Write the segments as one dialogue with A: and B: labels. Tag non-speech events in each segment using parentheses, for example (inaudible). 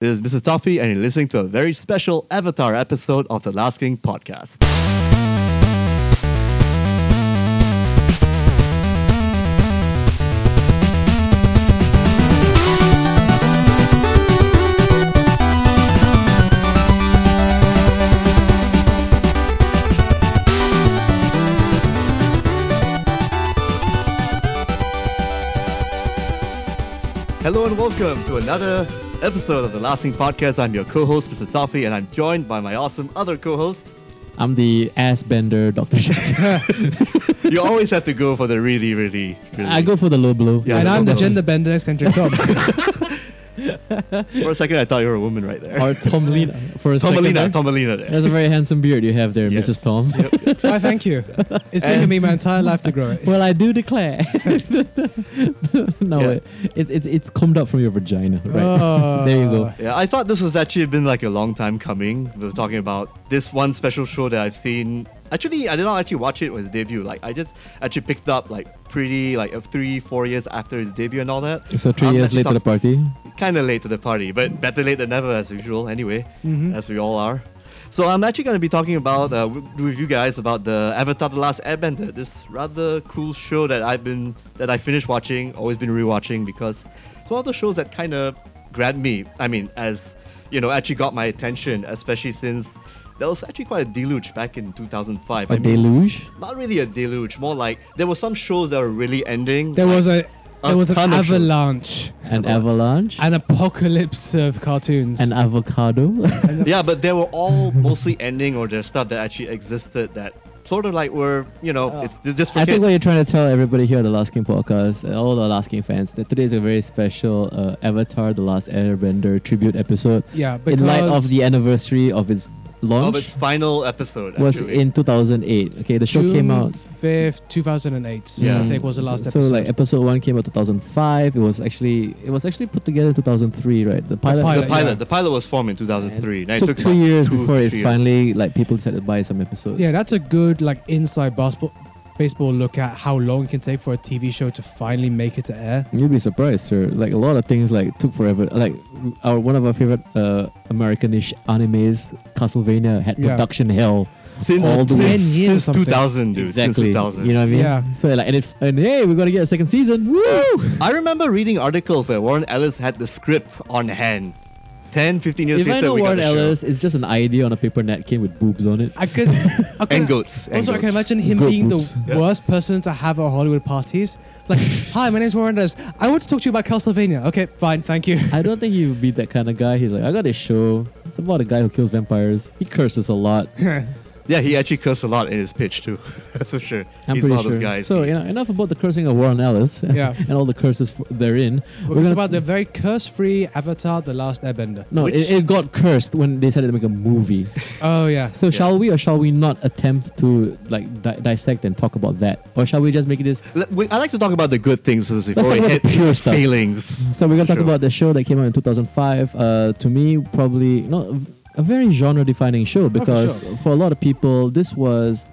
A: This is Mrs. Toffee, and you're listening to a very special Avatar episode of the Last King podcast. Hello and welcome to another episode of the Last King podcast. I'm your co-host, Mrs. Toffee, and I'm joined by my awesome other co-host.
B: I'm the ass bender, Doctor Chef. (laughs)
A: You always have to go for the really, really, really.
B: I go for the low blow.
A: Yeah.
C: and I'm the
A: Yes.
C: gender bender eccentric Tom.
A: (laughs) For a second, I thought you were a woman right there.
B: Or Tomlina for a second.
A: Tomalina,
B: there.
A: Tomalina there.
B: That's a very handsome beard you have there,
A: Yes.
B: Mrs. Tom.
C: Why, thank you.
A: And-
C: It's taken me my entire life to grow it.
B: well, I do declare. (laughs) no,
A: Yeah.
B: it, it's it's it's combed up from your vagina, right?
C: Oh.
B: there you go.
A: Yeah, I thought this was actually been like a long time coming. We were talking about this one special show that I've seen. Actually, I did not actually watch it on its debut. Like, I just actually picked up like pretty like a three, four years after its debut and all that.
B: So 3
A: I'm
B: years
A: actually
B: late to the
A: talk-
B: party.
A: Kind of late to the party, but better late than never, as usual. Anyway,
C: Mm-hmm.
A: as we all are. So I'm actually going to be talking about uh, w- with you guys about the Avatar: The Last Airbender, this rather cool show that I've been that I finished watching, always been rewatching because it's one of the shows that kind of grabbed me. I mean, as you know, actually got my attention, especially since there was actually quite a deluge back in 2005. I
B: A
A: mean,
B: deluge.
A: not really a deluge, more like there were some shows that were really ending.
C: There
A: like-
C: was a there was an
A: ton of shows.
C: avalanche,
B: An avalanche.
C: an apocalypse of cartoons.
B: An avocado. (laughs)
A: yeah, but they were all mostly ending or there's stuff that actually existed that sort of like were, you know,
B: Uh,
A: it's it's just for
B: I think
A: kids.
B: what you're trying to tell everybody here at the Last King podcast, uh, all the Last King fans, that today is a very special uh, Avatar: The Last Airbender tribute episode.
C: yeah, because
B: in light of the anniversary of its
A: of its
B: launch
A: final episode
B: was
A: actually.
B: in 2008. Okay, the show
C: June
B: came out.
C: fifth, 2008.
A: Yeah.
C: I think was the last
B: so,
C: episode.
B: So like episode one came out 2005. It was actually it was actually put together in 2003, right? The pilot.
A: the
C: pilot,
A: pilot.
C: yeah.
A: The pilot was formed in 2003. Now,
B: It
A: it
B: took two
A: about
B: years
A: two,
B: before it
A: three years.
B: finally like people decided to buy some episodes.
C: yeah, that's a good like inside baseball baseball look at how long it can take for a TV show to finally make it to air.
B: You'd be surprised, sir. Like a lot of things like took forever. Like our one of our favorite uh, Americanish animes, Castlevania, had
C: Yeah.
B: production hell.
A: since,
B: all the way-
A: 10
C: 10 years or
A: since
C: something.
A: 2000, dude.
B: exactly.
A: Since
B: You
A: 2000.
B: know what I mean?
C: Yeah.
B: So like, and it and hey, we're gonna get a second season. Woo!
A: I remember reading articles where Warren Ellis had the script on hand. 10, 15 years
B: if
A: later,
B: I know
A: we got
B: Warren
A: the show.
B: Ellis, it's just an idea on a paper napkin with boobs on it.
C: I could. I could
A: and goats. and
C: Also, I can
A: goats.
C: imagine him
B: Goat
C: being
B: boobs.
C: the
A: Yeah.
C: worst person to have at Hollywood parties. Like, hi, my name's Warren Ellis. I want to talk to you about Castlevania. Okay, fine, thank you.
B: I don't think he would be that kind of guy. He's like, I got this show. It's about a guy who kills vampires. He curses a lot.
A: Yeah, he actually cursed a lot in his pitch too. (laughs) That's for sure.
B: I'm
A: He's
B: pretty
A: one of those
B: sure.
A: guys.
B: So you know, enough about the cursing of Warren Ellis (laughs)
C: Yeah.
B: and all the curses f- therein.
C: We're
B: gonna-
C: talking about the very curse-free Avatar: The Last Airbender.
B: No,
A: Which-
B: it, it got cursed when they decided to make a movie.
C: Oh yeah,
B: So
A: Yeah.
B: shall we or shall we not attempt to like di- dissect and talk about that, or shall we just make this?
A: Let- we- I like to talk about the good things first before
B: talk
A: we
B: about the
A: hit
B: pure stuff.
A: failings.
B: So we're gonna talk
A: Sure.
B: about the show that came out in 2005. Uh, to me, probably not a very genre-defining
A: Oh,
B: show because for,
C: sure.
B: a lot of people, this was.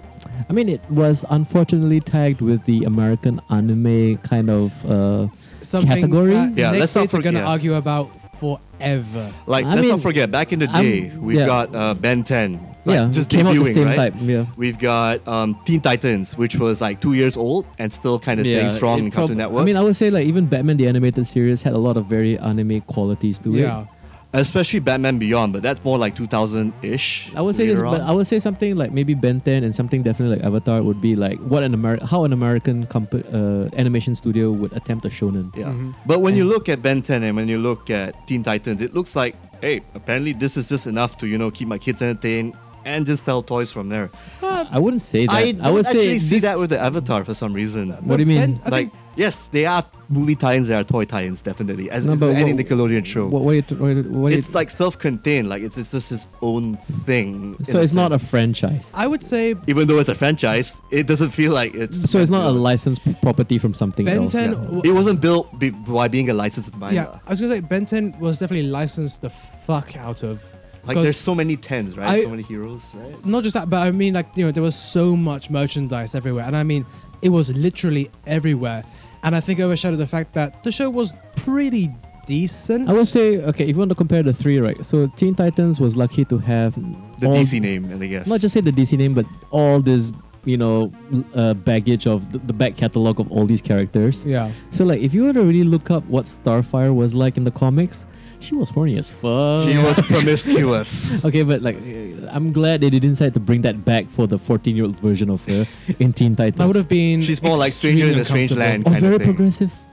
B: I mean, it was unfortunately tagged with the American anime kind of. Uh,
C: something
B: Category?
C: that
A: Yeah,
C: Nick
A: let's not
C: Bates are
A: forget-
C: going to
A: yeah.
C: argue about forever.
A: Like,
B: I
A: let's
B: mean,
A: not forget, back in the
B: I'm-
A: day, we've
B: yeah.
A: got uh, Ben 10. Like,
B: yeah,
A: just
B: came out the
A: debuting,
B: same
A: right?
B: type. Yeah.
A: We've got um, Teen Titans, which was like two years old and still kind of staying strong
B: it
A: in
B: prob-
A: Cartoon Network.
B: I mean, I would say like even Batman the animated series had a lot of very anime qualities to
C: Yeah,
B: it.
A: especially Batman Beyond, but that's more like 2000-ish.
B: I would say this,
A: later
B: but
A: on.
B: I would say something like maybe Ben 10 and something definitely like Avatar would be like what an Ameri- how an American compa- uh, animation studio would attempt a shonen.
A: Yeah.
C: Mhm.
A: But when you
B: Mm-hmm. And-
A: look at Ben 10 and when you look at Teen Titans, it looks like, hey, apparently this is just enough to, you know, keep my kids entertained and just sell toys from there.
B: I wouldn't say that.
A: I,
B: I, would
A: don't actually
B: say
A: see
B: this-
A: that with the Avatar for some reason.
B: What do you mean?
C: I
A: like,
C: think
A: yes, they are movie tie-ins, they are toy tie-ins, definitely. As
B: No,
A: is
B: but
A: any
B: what-
A: Nickelodeon show.
B: What, what, you, what, you- what you-
A: it's like self-contained, like it's, it's just his own thing. in
B: so it's not a
A: sense.
B: franchise.
C: I would say
A: Even though it's a franchise, it doesn't feel like it's.
B: So it's not a licensed property from something
C: Ben
B: else.
C: 10
B: Yeah.
A: It wasn't built be- by being a licensed manga.
C: yeah, I was going to say Ben 10 was definitely licensed the fuck out of.
A: Like
C: because-
A: there's so many tens, right?
C: I-
A: so many heroes, right?
C: not just that, but I mean, like, you know, there was so much merchandise everywhere. And I mean, it was literally everywhere. And I think it overshadowed the fact that the show was pretty decent.
B: I would say, okay, if you want to compare the three, right? So Teen Titans was lucky to have
A: The
B: all-
A: DC name, I guess.
B: not just say the DC name, but all this, you know, l- uh, baggage of the, the back catalog of all these characters.
C: yeah.
B: So like, if you were to really look up what Starfire was like in the comics, she was horny as fuck.
A: She
B: (laughs)
A: was promiscuous.
B: okay, but like, uh, I'm glad they didn't decide to bring that back for the 14 year old version of her in Teen Titans.
C: That would have been.
A: She's more like Stranger in a Strange Land
B: oh,
A: kind
B: very
A: of thing.
B: progressive. (laughs)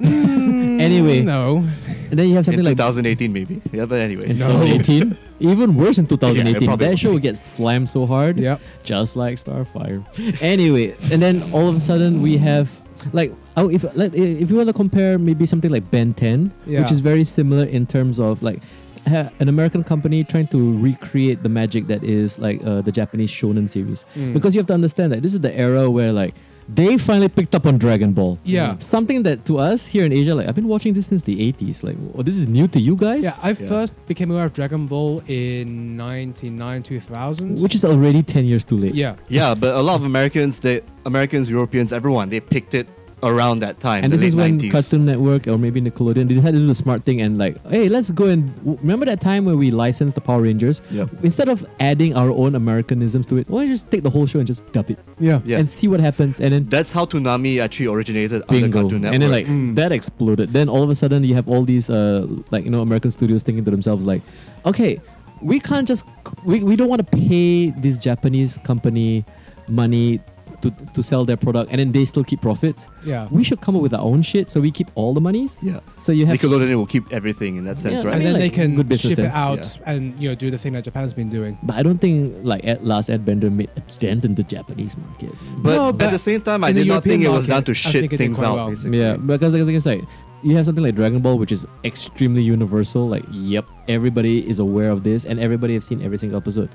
C: Mm,
B: Anyway.
C: No.
B: And then you have something
A: in
B: like
A: 2018 maybe. Yeah, but anyway.
B: in
A: (laughs)
C: No.
B: 2018, even worse in 2018.
A: probably
B: that show
A: would.
B: would get slammed so hard.
C: Yeah.
B: just like Starfire. anyway, and then all of a sudden we have like oh if like, if you want to compare maybe something like Ben 10,
C: Yeah.
B: which is very similar in terms of like ha- an American company trying to recreate the magic that is like uh, the Japanese shonen series.
C: Mm.
B: Because you have to understand that this is the era where like they finally picked up on Dragon Ball.
C: Yeah.
B: Something that to us here in Asia, like I've been watching this since the 80s. Like, oh, this is new to you guys?
C: Yeah, I
A: Yeah.
C: first became aware of Dragon Ball in 99, 2000.
B: Which is already 10 years too late.
C: Yeah.
A: Yeah, but a lot of Americans, they Americans, Europeans, everyone, they picked it around that time.
B: And
A: the
B: this
A: late
B: is when
A: 90s.
B: Cartoon Network or maybe Nickelodeon they decided to do the smart thing and like, hey, let's go and w- remember that time when we licensed the Power Rangers.
A: Yep.
B: Instead of adding our own Americanisms to it, why don't you just take the whole show and just dub it
C: Yeah.
A: Yeah.
B: and see what happens? And then
A: That's how Toonami actually originated under
B: bingo,
A: Cartoon Network.
B: and then like
C: Mm.
B: that exploded. Then all of a sudden you have all these uh like you know American studios thinking to themselves like, okay, we can't just we, we don't want to pay this Japanese company money to to sell their product and then they still keep profits.
C: Yeah.
B: We should come up with our own shit so we keep all the monies.
A: yeah.
B: So you have
A: Nickelodeon will keep everything in that sense,
B: Yeah, I
A: right?
B: mean,
C: and then
B: like,
C: they can
B: good business
C: ship it
B: sense.
C: out and you know do the thing that Japan's been doing.
B: But I don't think like at last Adbender made a dent in the Japanese market.
A: but,
C: No, but
A: at the same time, I
C: in the
A: did not think
C: European
A: it was done to
C: market, I
A: shit
C: think it did
A: things
C: quite
A: out.
C: well.
A: Basically.
B: yeah, because like, it's like you have something like Dragon Ball, which is extremely universal. Like, yep, everybody is aware of this, and everybody has seen every single episode.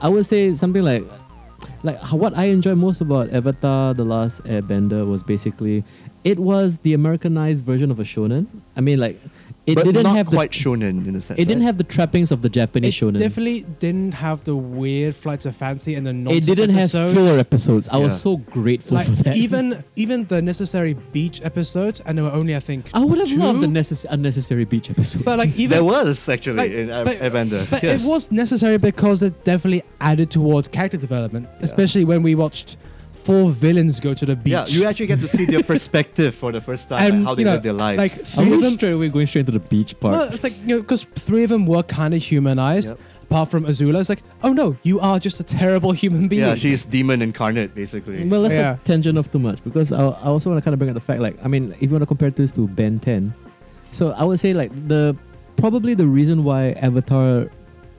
B: I would say something like, like how- what I enjoy most about Avatar: The Last Airbender was basically it was the Americanized version of a shonen. I mean, like it
A: but
B: didn't
A: not
B: have
A: quite
B: the
A: shonen in a sense.
B: it didn't
A: right?
B: have the trappings of the Japanese
C: it
B: shonen.
C: definitely didn't have the weird flights of fancy and the
B: it
C: nonsense
B: didn't
C: episodes.
B: have filler episodes. I was
A: Yeah.
B: so grateful
C: like
B: for that.
C: even even the necessary beach episodes, and there were only I think.
B: I would have
C: two,
B: loved the necess- unnecessary beach episode.
C: But like even
A: there was actually
C: Like,
A: in Av-
C: but-
A: Evander.
C: But
A: yes.
C: it was necessary because it definitely added towards character development, especially when we watched four villains go to the beach.
A: Yeah, you actually get to see
C: (laughs)
A: their perspective for the first time, like,
C: And,
A: how they
C: you know,
A: live their lives.
C: like
B: I
C: three of
B: was
C: them.
B: straight away going straight into the beach part.
C: No, it's like you know, because three of them were kind of humanized,
A: Yep.
C: apart from Azula. It's like, oh no, you are just a terrible human being.
A: yeah, she's demon incarnate basically.
B: Well, let's
C: Yeah.
B: not tangent off too much because I, I also want to kind of bring up the fact, like, I mean, if you want to compare this to Ben 10, so I would say, like, the probably the reason why Avatar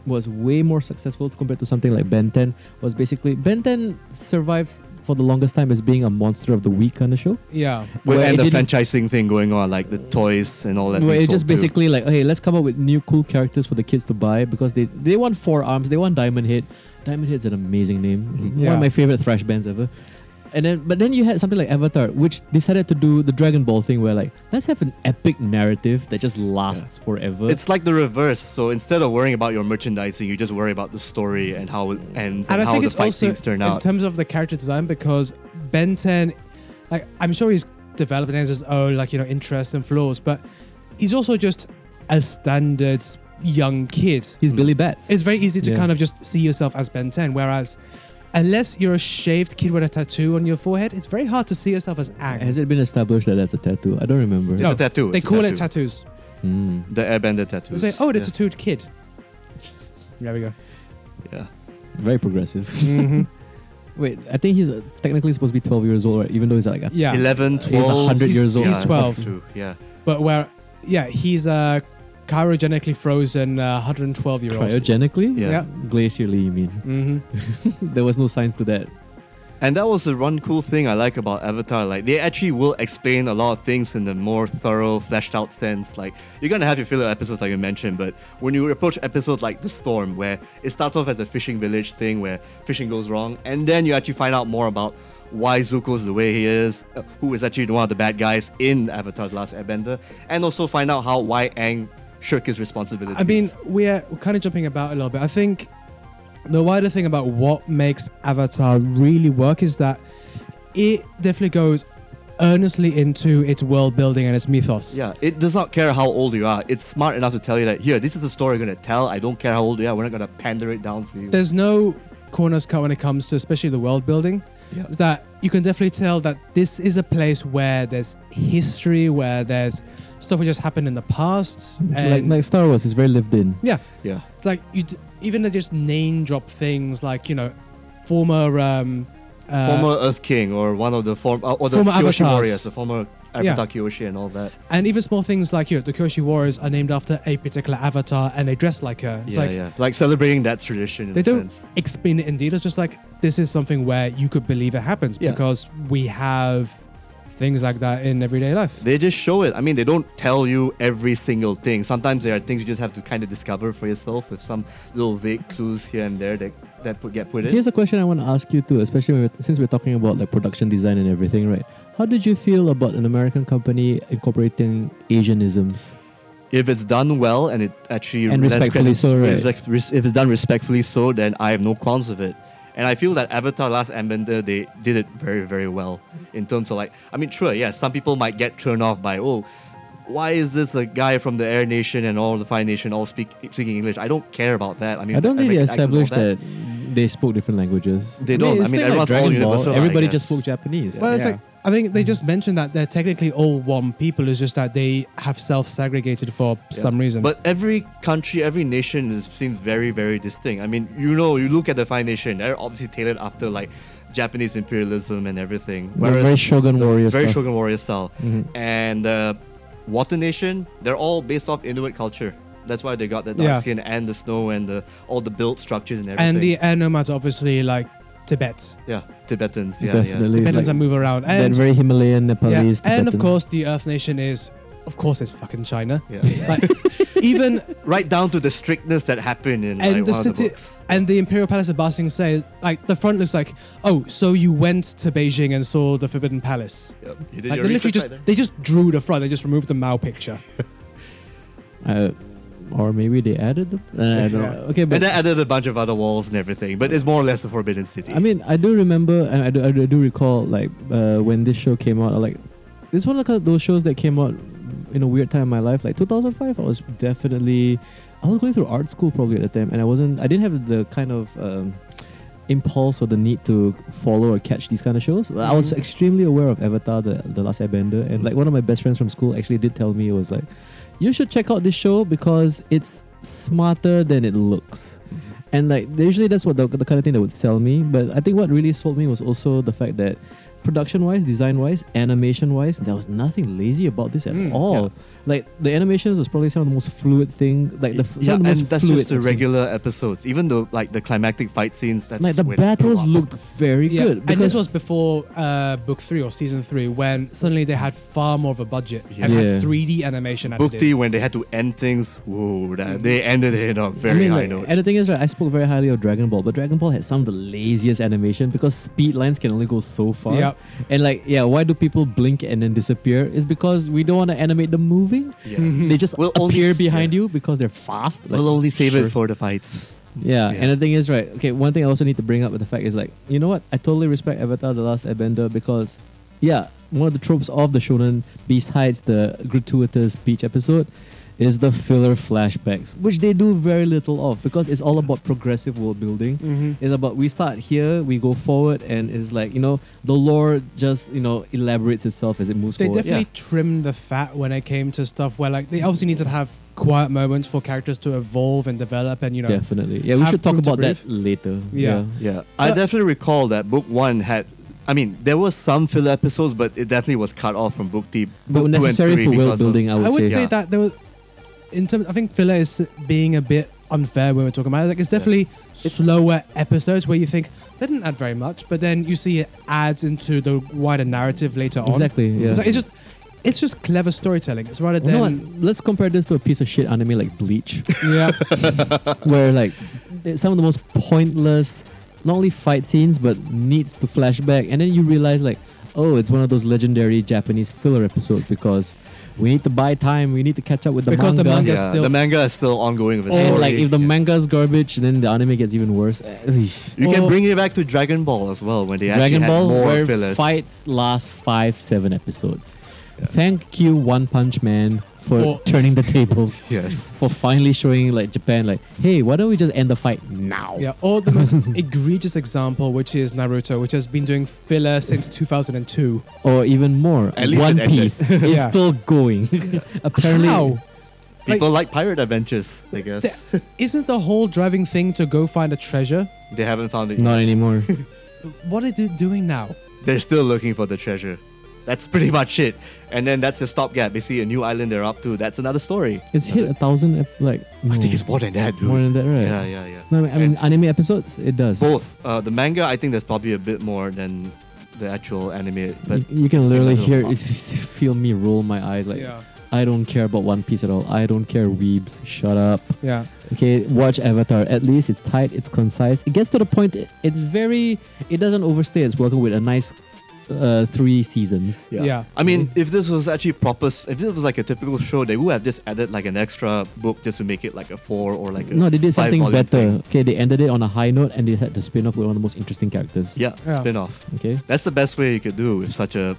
B: was way more successful compared to something like Ben 10 was basically Ben 10 survives for the longest time as being a monster of the week kind of show.
C: yeah,
A: With,
B: where
A: and
B: it
A: the
B: didn't-
A: franchising thing going on, like the toys and all that.
B: Where
A: being
B: it's just
A: sold too.
B: basically like, hey, let's come up with new cool characters for the kids to buy because they they want forearms, they want Diamond Head. Diamond Head's an amazing name, one
C: Yeah.
B: of my favorite thrash bands ever. And then, but then you had something like Avatar, which decided to do the Dragon Ball thing, where like let's have an epic narrative that just lasts forever.
A: It's like the reverse. So instead of worrying about your merchandising, you just worry about the story and how it ends and,
C: and I
A: how
C: think
A: the
C: it's
A: fight
C: also
A: scenes turn
C: in
A: out.
C: terms of the character design because Ben 10, like I'm sure he's developing as his own like you know interests and flaws, but he's also just a standard young kid.
B: he's Billy Bats.
C: It's very easy to
B: Yeah.
C: kind of just see yourself as Ben 10, whereas. Unless you're a shaved kid with a tattoo on your forehead, it's very hard to see yourself as Ang.
B: Has it been established that that's a tattoo? I don't remember.
A: it's
C: No,
A: a tattoo.
C: they
A: it's a
C: call it
A: tattoo.
C: tattoos.
B: Hmm.
A: The airbender tattoo.
C: They say, "Oh, the tattooed kid." There we go.
A: yeah.
B: Very progressive. (laughs)
C: (laughs) Mm-hmm.
B: Wait, I think he's uh, technically supposed to be 12 years old, right? Even though he's like a
A: yeah.
C: Yeah,
A: 11,
B: He's
A: 12.
B: 100 years old.
A: Yeah,
C: He's 12.
A: that's true, Yeah.
C: but where, yeah, he's a cryogenically frozen uh, 112 year old.
B: cryogenically,
A: Yeah.
C: Yeah.
B: glacially. You mean? (laughs)
C: hmm
B: there was no science to that.
A: And that was the one cool thing I like about Avatar. Like they actually will explain a lot of things in a more thorough, fleshed out sense. Like you're gonna have your filler episodes like you mentioned, but when you approach episodes like The Storm, where it starts off as a fishing village thing where fishing goes wrong, and then you actually find out more about why Zuko's the way he is, uh, who is actually one of the bad guys in Avatar The Last Airbender, and also find out how why Aang shirk his responsibilities.
C: I mean, we're, we're kind of jumping about a little bit. I think the wider thing about what makes Avatar really work is that it definitely goes earnestly into its world building and its mythos.
A: Yeah, it does not care how old you are. It's smart enough to tell you that here, this is the story we're gonna tell. I don't care how old you are. We're not gonna pander it down for you.
C: There's no corners cut when it comes to especially the world building.
A: Yeah.
C: Is that you can definitely tell that this is a place where there's history, where there's stuff that just happened in the past.
B: like
C: and-
B: like Star Wars is very lived in.
C: yeah,
A: Yeah,
C: it's like you d- even they just name drop things like you know former um, uh,
A: former Earth King or one of the form uh, or the
C: former
A: Kyoshi
C: avatars.
A: warriors, the former Avatar
C: Yeah.
A: Kyoshi and all that.
C: and even small things like you know the Kyoshi warriors are named after a particular avatar and they dress like her. It's
A: yeah,
C: like
A: yeah, like celebrating that tradition. In
C: they
A: a
C: don't
A: sense.
C: explain it in detail. It's just like this is something where you could believe it happens
A: Yeah.
C: because we have things like that in everyday life.
A: They just show it. I mean, they don't tell you every single thing. Sometimes there are things you just have to kind of discover for yourself with some little vague clues here and there that that put, get put in.
B: Here's a question I want to ask you too, especially when we're- since we're talking about like production design and everything, right? How did you feel about an American company incorporating Asianisms?
A: if it's done well and it actually
B: And
A: lends
B: respectfully
A: credence-
B: so, right?
A: if, it's res- if it's done respectfully so, then I have no qualms with it. And I feel that Avatar: Last Airbender they did it very very well in terms of like I mean sure yeah some people might get turned off by oh why is this the guy from the Air Nation and all the Fire Nation all speak speaking English I don't care about that I mean
B: I don't think they
A: American accents and all
B: established that. they spoke different languages.
A: They don't. I mean,
B: it's still
A: everyone's all
B: Dragon Ball,
A: universal, I
B: Everybody just
A: guess.
B: spoke Japanese.
C: Well, it's
A: Yeah. Mm-hmm.
C: like I think they just mentioned that they're technically all one people. It's just that they have self-segregated for
A: Yeah.
C: some reason.
A: But every country, every nation is, seems very, very distinct. I mean, you know, you look at the Fine Nation, they're obviously tailored after like Japanese imperialism and everything.
B: The very Shogun warrior
A: very
B: stuff.
A: Shogun warrior style.
B: Mhm.
A: And uh, Water Nation, they're all based off Inuit culture. That's why they got the dark
C: Yeah.
A: skin and the snow and the, all the built structures and everything.
C: and the air nomads, obviously, like Tibet.
A: yeah, Tibetans. Yeah,
B: Definitely.
A: yeah.
B: Like,
C: Tibetans that move around,
B: That
C: and
B: very Himalayan
C: yeah,
B: Nepalese.
C: and of
B: Tibetan.
C: course the Earth Nation is, of course, it's fucking China.
A: Yeah.
C: (laughs) Like
A: (laughs)
C: even
A: right down to the strictness that happened in like,
C: and the
A: one of the
C: city
A: books.
C: and the Imperial Palace of Ba Sing Se, like the front looks like, oh, so you went to Beijing and saw the Forbidden Palace.
A: Yep. You did your
C: Like, they literally
A: research
C: just
A: right there.
C: they just drew the front. They just removed the Mao picture.
B: Uh, or maybe they added them. Uh, I don't know.
C: Yeah.
B: Okay, but
A: And they added a bunch of other walls and everything, but it's more or less the Forbidden City.
B: I mean, I do remember, and I do, I do, I do recall, like uh, when this show came out. I Like, it's one of the- those shows that came out in a weird time in my life. Like 2005, I was definitely, I was going through art school probably at the time, and I wasn't, I didn't have the kind of um, impulse or the need to follow or catch these kind of shows. But I was
C: Mhm.
B: extremely aware of Avatar, the the Last Airbender, and like one of my best friends from school actually did tell me it was like, you should check out this show because it's smarter than it looks. And like usually that's what the, the kind of thing that would sell me. But I think what really sold me was also the fact that production wise, design wise, animation wise, there was nothing lazy about this at
C: Mm,
A: Hmm,
B: all. Like the animations was probably some of the most fluid thing. Like the f-
A: yeah,
B: some of the
A: and
B: most
A: that's
B: fluid
A: just the
B: I've seen.
A: regular episodes. Even though like the climactic fight scenes, that's
B: Like the
A: where they
B: battles
A: blew up.
B: looked very
C: Yeah,
B: good.
C: and this
B: because-
C: was before uh, book three or season three, when suddenly they had far more of a budget and
B: Yeah.
C: had 3D animation. added
A: Book
C: in.
A: T when they had to end things. Whoa, that,
C: Mhm.
A: they ended it on a very
B: I mean,
A: high
B: like,
A: note.
B: And the thing is, right, I spoke very highly of Dragon Ball, but Dragon Ball had some of the laziest animation because speed lines can only go so far.
C: Yep.
B: And like, yeah, why do people blink and then disappear? It's because we don't want to animate them moving.
A: yeah.
C: Mhm.
B: They just
A: We'll only
B: appear
A: s-
B: behind
A: yeah.
B: you because they're fast. Like,
A: we'll only save
B: sure.
A: it for the fights.
B: Yeah,
A: Yeah.
B: and the thing is, right? Okay, one thing I also need to bring up with the fact is like, you know what? I totally respect Avatar: The Last Airbender because, yeah, one of the tropes of the shonen, besides the gratuitous beach episode, is the filler flashbacks, which they do very little of because it's all about progressive world building.
C: Mhm.
B: It's about we start here, we go forward, and it's like you know the lore just you know elaborates itself as it moves
C: They
B: forward.
C: definitely trimmed the fat when it came to stuff where, like, they obviously needed to have quiet moments for characters to evolve and develop, and you know,
B: Definitely. Yeah, we
C: Have
B: should talk
C: room to
B: about that later.
C: Yeah.
A: Yeah, I
C: But-
A: definitely recall that book one had. I mean, there was some filler episodes, but it definitely was cut off from book T.
B: But
A: book two and
B: necessary
A: three
B: for
A: because
B: world
A: of-
B: building, I would,
C: I would say
A: Yeah.
C: that there was, in terms, I think filler is being a bit unfair when we're talking about it. Like, it's
A: Yeah.
C: definitely slower episodes where you think they didn't add very much, but then you see it adds into the wider narrative later on.
B: Exactly. Yeah.
C: So it's just, it's just clever storytelling. It's rather
B: You
C: than
B: know what? Let's compare this to a piece of shit anime like Bleach,
C: (laughs)
B: (laughs)
C: yeah,
B: where like it's some of the most pointless, not only fight scenes but needs to flashback, and then you realize like, oh, it's one of those legendary Japanese filler episodes because we need to buy time. We need to catch up with the
C: Because the
B: manga.
C: manga-
A: yeah,
C: still-
A: the manga is still ongoing with its
B: And
A: story.
B: like if the
A: Yeah.
B: manga's garbage, then the anime gets even worse. Eh,
A: you can
C: Oh.
A: bring it back to Dragon Ball as well when they
B: Dragon
A: actually
B: Ball
A: had more
B: where
A: fillers.
B: fights last five seven episodes.
A: Yeah.
B: Thank you, One Punch Man, for
C: For-
B: turning the tables,
A: (laughs) Yes.
B: for finally showing like Japan, like, hey, why don't we just end the fight now?
C: Yeah, or the most egregious example, which is Naruto, which has been doing filler since 2002.
B: Or even more,
A: At least
B: One
A: it ended. (laughs)
B: Piece is
C: Yeah.
B: still going. Apparently,
C: How?
A: People like, pirate adventures, I guess.
C: The- Isn't the whole driving thing to go find a treasure?
A: they haven't found it.
B: not
A: yet.
B: anymore.
C: What are they doing now?
A: They're still looking for the treasure. That's pretty (laughs) much it. And then that's a stopgap. They see a new island they're up to. That's another story.
B: It's hit a thousand, ep- like
A: I think
B: no,
A: it's more than that, dude.
B: more than that, right?
A: yeah, yeah, yeah.
B: No, I mean, I mean, anime episodes, it does.
A: Both. Uh, the manga, I think there's probably a bit more than the actual anime. But
B: you, you can literally
A: Similar
B: hear,
A: plot.
B: (laughs) feel me roll my eyes. Like I don't care about One Piece at all. I don't care weebs. Shut up.
C: yeah.
B: Okay, watch Avatar. At least it's tight, it's concise. It gets to the point. It- It's very. It doesn't overstay its welcome with a nice uh, three seasons.
C: Yeah.
A: I mean, if this was actually proper, s- if this was like a typical show, they would have just added like an extra book just to make it like a four or like a.
B: No, they did something
A: five-volume
B: better.
A: thing.
B: Okay, they ended it on a high note and they had to spin off with one of the most interesting characters.
A: Yeah,
C: Yeah.
A: spin off.
B: Okay.
A: That's the best way you could do with such a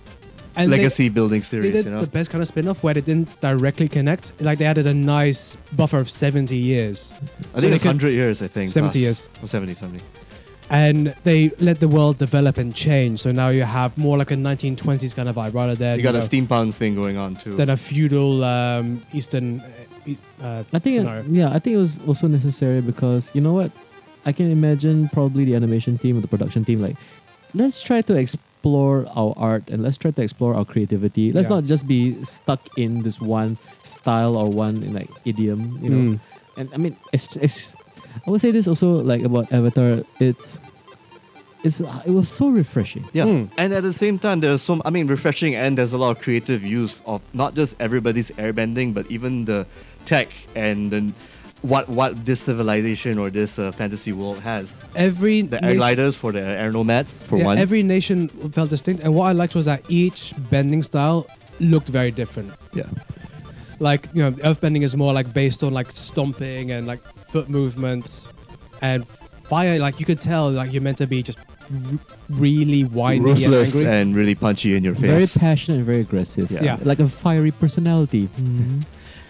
C: And they-
A: legacy building
C: They,
A: series,
C: did
A: you know?
C: the best kind of spin off where they didn't directly connect. Like they added a nice buffer of 70 years.
A: I
C: so they
A: think it's
C: could-
A: 100 years, I think.
C: 70
A: plus.
C: years.
A: Or 70, 70.
C: And they let the world develop and change. So now you have more like a 1920s kind of vibe rather than,
A: You got
C: you
A: a
C: know,
A: steampunk thing going on too.
C: than a feudal um, Eastern. uh, e- Uh,
B: I think.
C: scenario.
B: yeah, I think it was also necessary because you know what, I can imagine probably the animation team or the production team like, let's try to explore our art and let's try to explore our creativity. Let's
C: Yeah.
B: not just be stuck in this one style or one like idiom. You know.
A: Hmm.
C: Mm.
B: and I mean, it's, it's, I would say this also like about Avatar. It's it's it was so refreshing.
A: Yeah,
C: Hmm.
A: and at the same time, there's some, I mean, refreshing, and there's a lot of creative use of not just everybody's airbending, but even the tech and the, what what this civilization or this uh, fantasy world has.
C: Every
A: The air
C: nation-
A: gliders for the air nomads, for
C: yeah,
A: one.
C: Every nation felt distinct, and what I liked was that each bending style looked very different.
A: yeah.
C: Like you know, earthbending is more like based on like stomping and like foot movements, and fire. Like you could tell, like you're meant to be just r- really windy
A: Ruthless
C: and
A: and,
C: angry.
A: really punchy in your
B: Very
A: face.
B: passionate and very aggressive.
A: Yeah.
C: Yeah.
B: Like a fiery personality.
C: mm-hmm.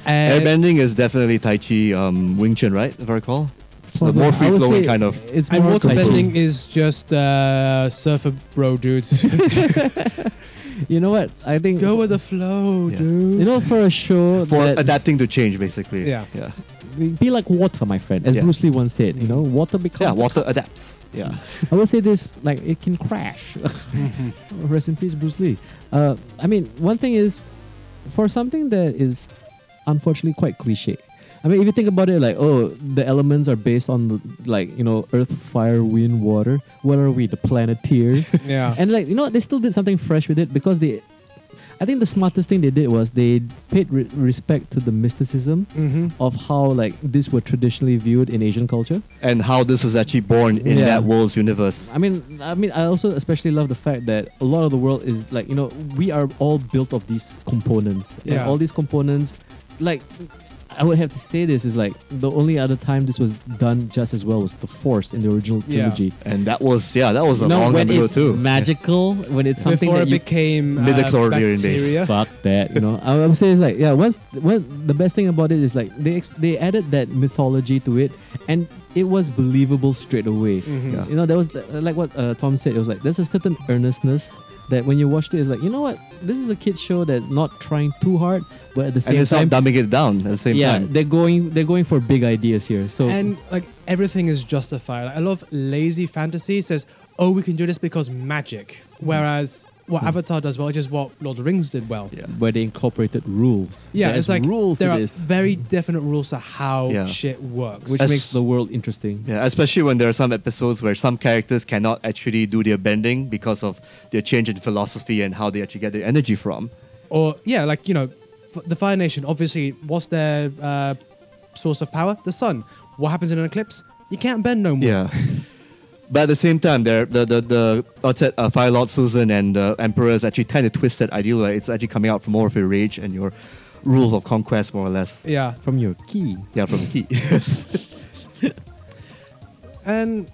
C: And-
A: airbending is definitely Tai Chi um, Wing Chun, right? If I recall. So
B: Probably.
A: more
B: I would
A: free-flowing
B: say
A: kind of-
B: It's
C: and
B: more
C: waterbending
B: like-
C: is just uh, surfer bro
A: (laughs)
C: dudes. (laughs)
B: You know what? I think
C: Go with the flow,
A: Yeah.
C: dude.
B: you know for a show
A: For
B: that
A: adapting to change, basically.
C: Yeah.
A: Yeah.
B: be like water, my friend, as
A: Yeah.
B: Bruce Lee once said. You know, water becomes.
A: Yeah. Water adapts. Yeah.
B: I will say this: like it can
A: (laughs)
B: crash. Rest in peace, Bruce Lee. Uh, I mean, one thing is, for something that is unfortunately quite cliche. I mean, if you think about it, like, oh, the elements are based on, the, like, you know, earth, fire, wind, water. What are we? The
A: (laughs)
B: planeteers.
C: yeah,
B: and, like, you know, what? they still did something fresh with it because they. I think the smartest thing they did was they paid re- respect to the mysticism
C: hmm
B: of how, like, these were traditionally viewed in Asian culture.
A: And how this was actually born in
B: Yeah.
A: that world's universe.
B: I mean, I mean, I also especially love the fact that a lot of the world is like you know we are all built of these components. And
C: Yeah.
B: all these components, like I would have to say this is like the only other time this was done just as well was the Force in the original
C: Yeah.
B: trilogy.
A: And that was yeah, that was a
B: You know,
A: long
B: when
A: time ago
B: it's
A: too.
B: magical, when it's something
C: Before
B: that
C: it
B: you
C: became uh,
A: Midichlorian days.
C: bacteria.
B: Fuck that, you know. I would say it's like yeah. Once, when the best thing about it is like they ex- they added that mythology to it, and it was believable straight away.
C: Mhm.
A: Yeah.
B: You know, there was li- like what uh, Tom said. It was like there's a certain earnestness that when you watched it, it's like you know what, this is a kids show that's not trying too hard, but at the
A: and
B: same
A: it's not
B: time,
A: dumbing it down at the same
B: yeah,
A: time.
B: they're going they're going for big ideas here. So
C: and like everything is justified. Like, a lot of lazy fantasy says, "Oh, we can do this because magic,"
B: Mm-hmm.
C: whereas what Avatar does well, which is what Lord of the Rings did well.
A: Yeah.
B: where they incorporated rules.
C: Yeah,
B: There's
C: it's like
B: rules
C: there
B: to
C: are
B: this, Mm-hmm.
C: very definite rules to how
A: Yeah.
C: shit works.
B: which
A: As-
B: makes the world interesting.
A: Yeah, especially when there are some episodes where some characters cannot actually do their bending because of their change in philosophy and how they actually get their energy from.
C: or yeah, like you know, f- the Fire Nation. Obviously, what's their uh, source of power? The sun. What happens in an eclipse? You can't bend no more.
A: Yeah. But at the same time, they're, the the the what's that, uh, Fire Lord Susan and uh, Emperor is actually trying to twist that ideal. Like it's actually coming out from more of your rage and your rules of conquest, more or less.
C: Yeah.
B: from your key.
A: Yeah, from Key.
C: And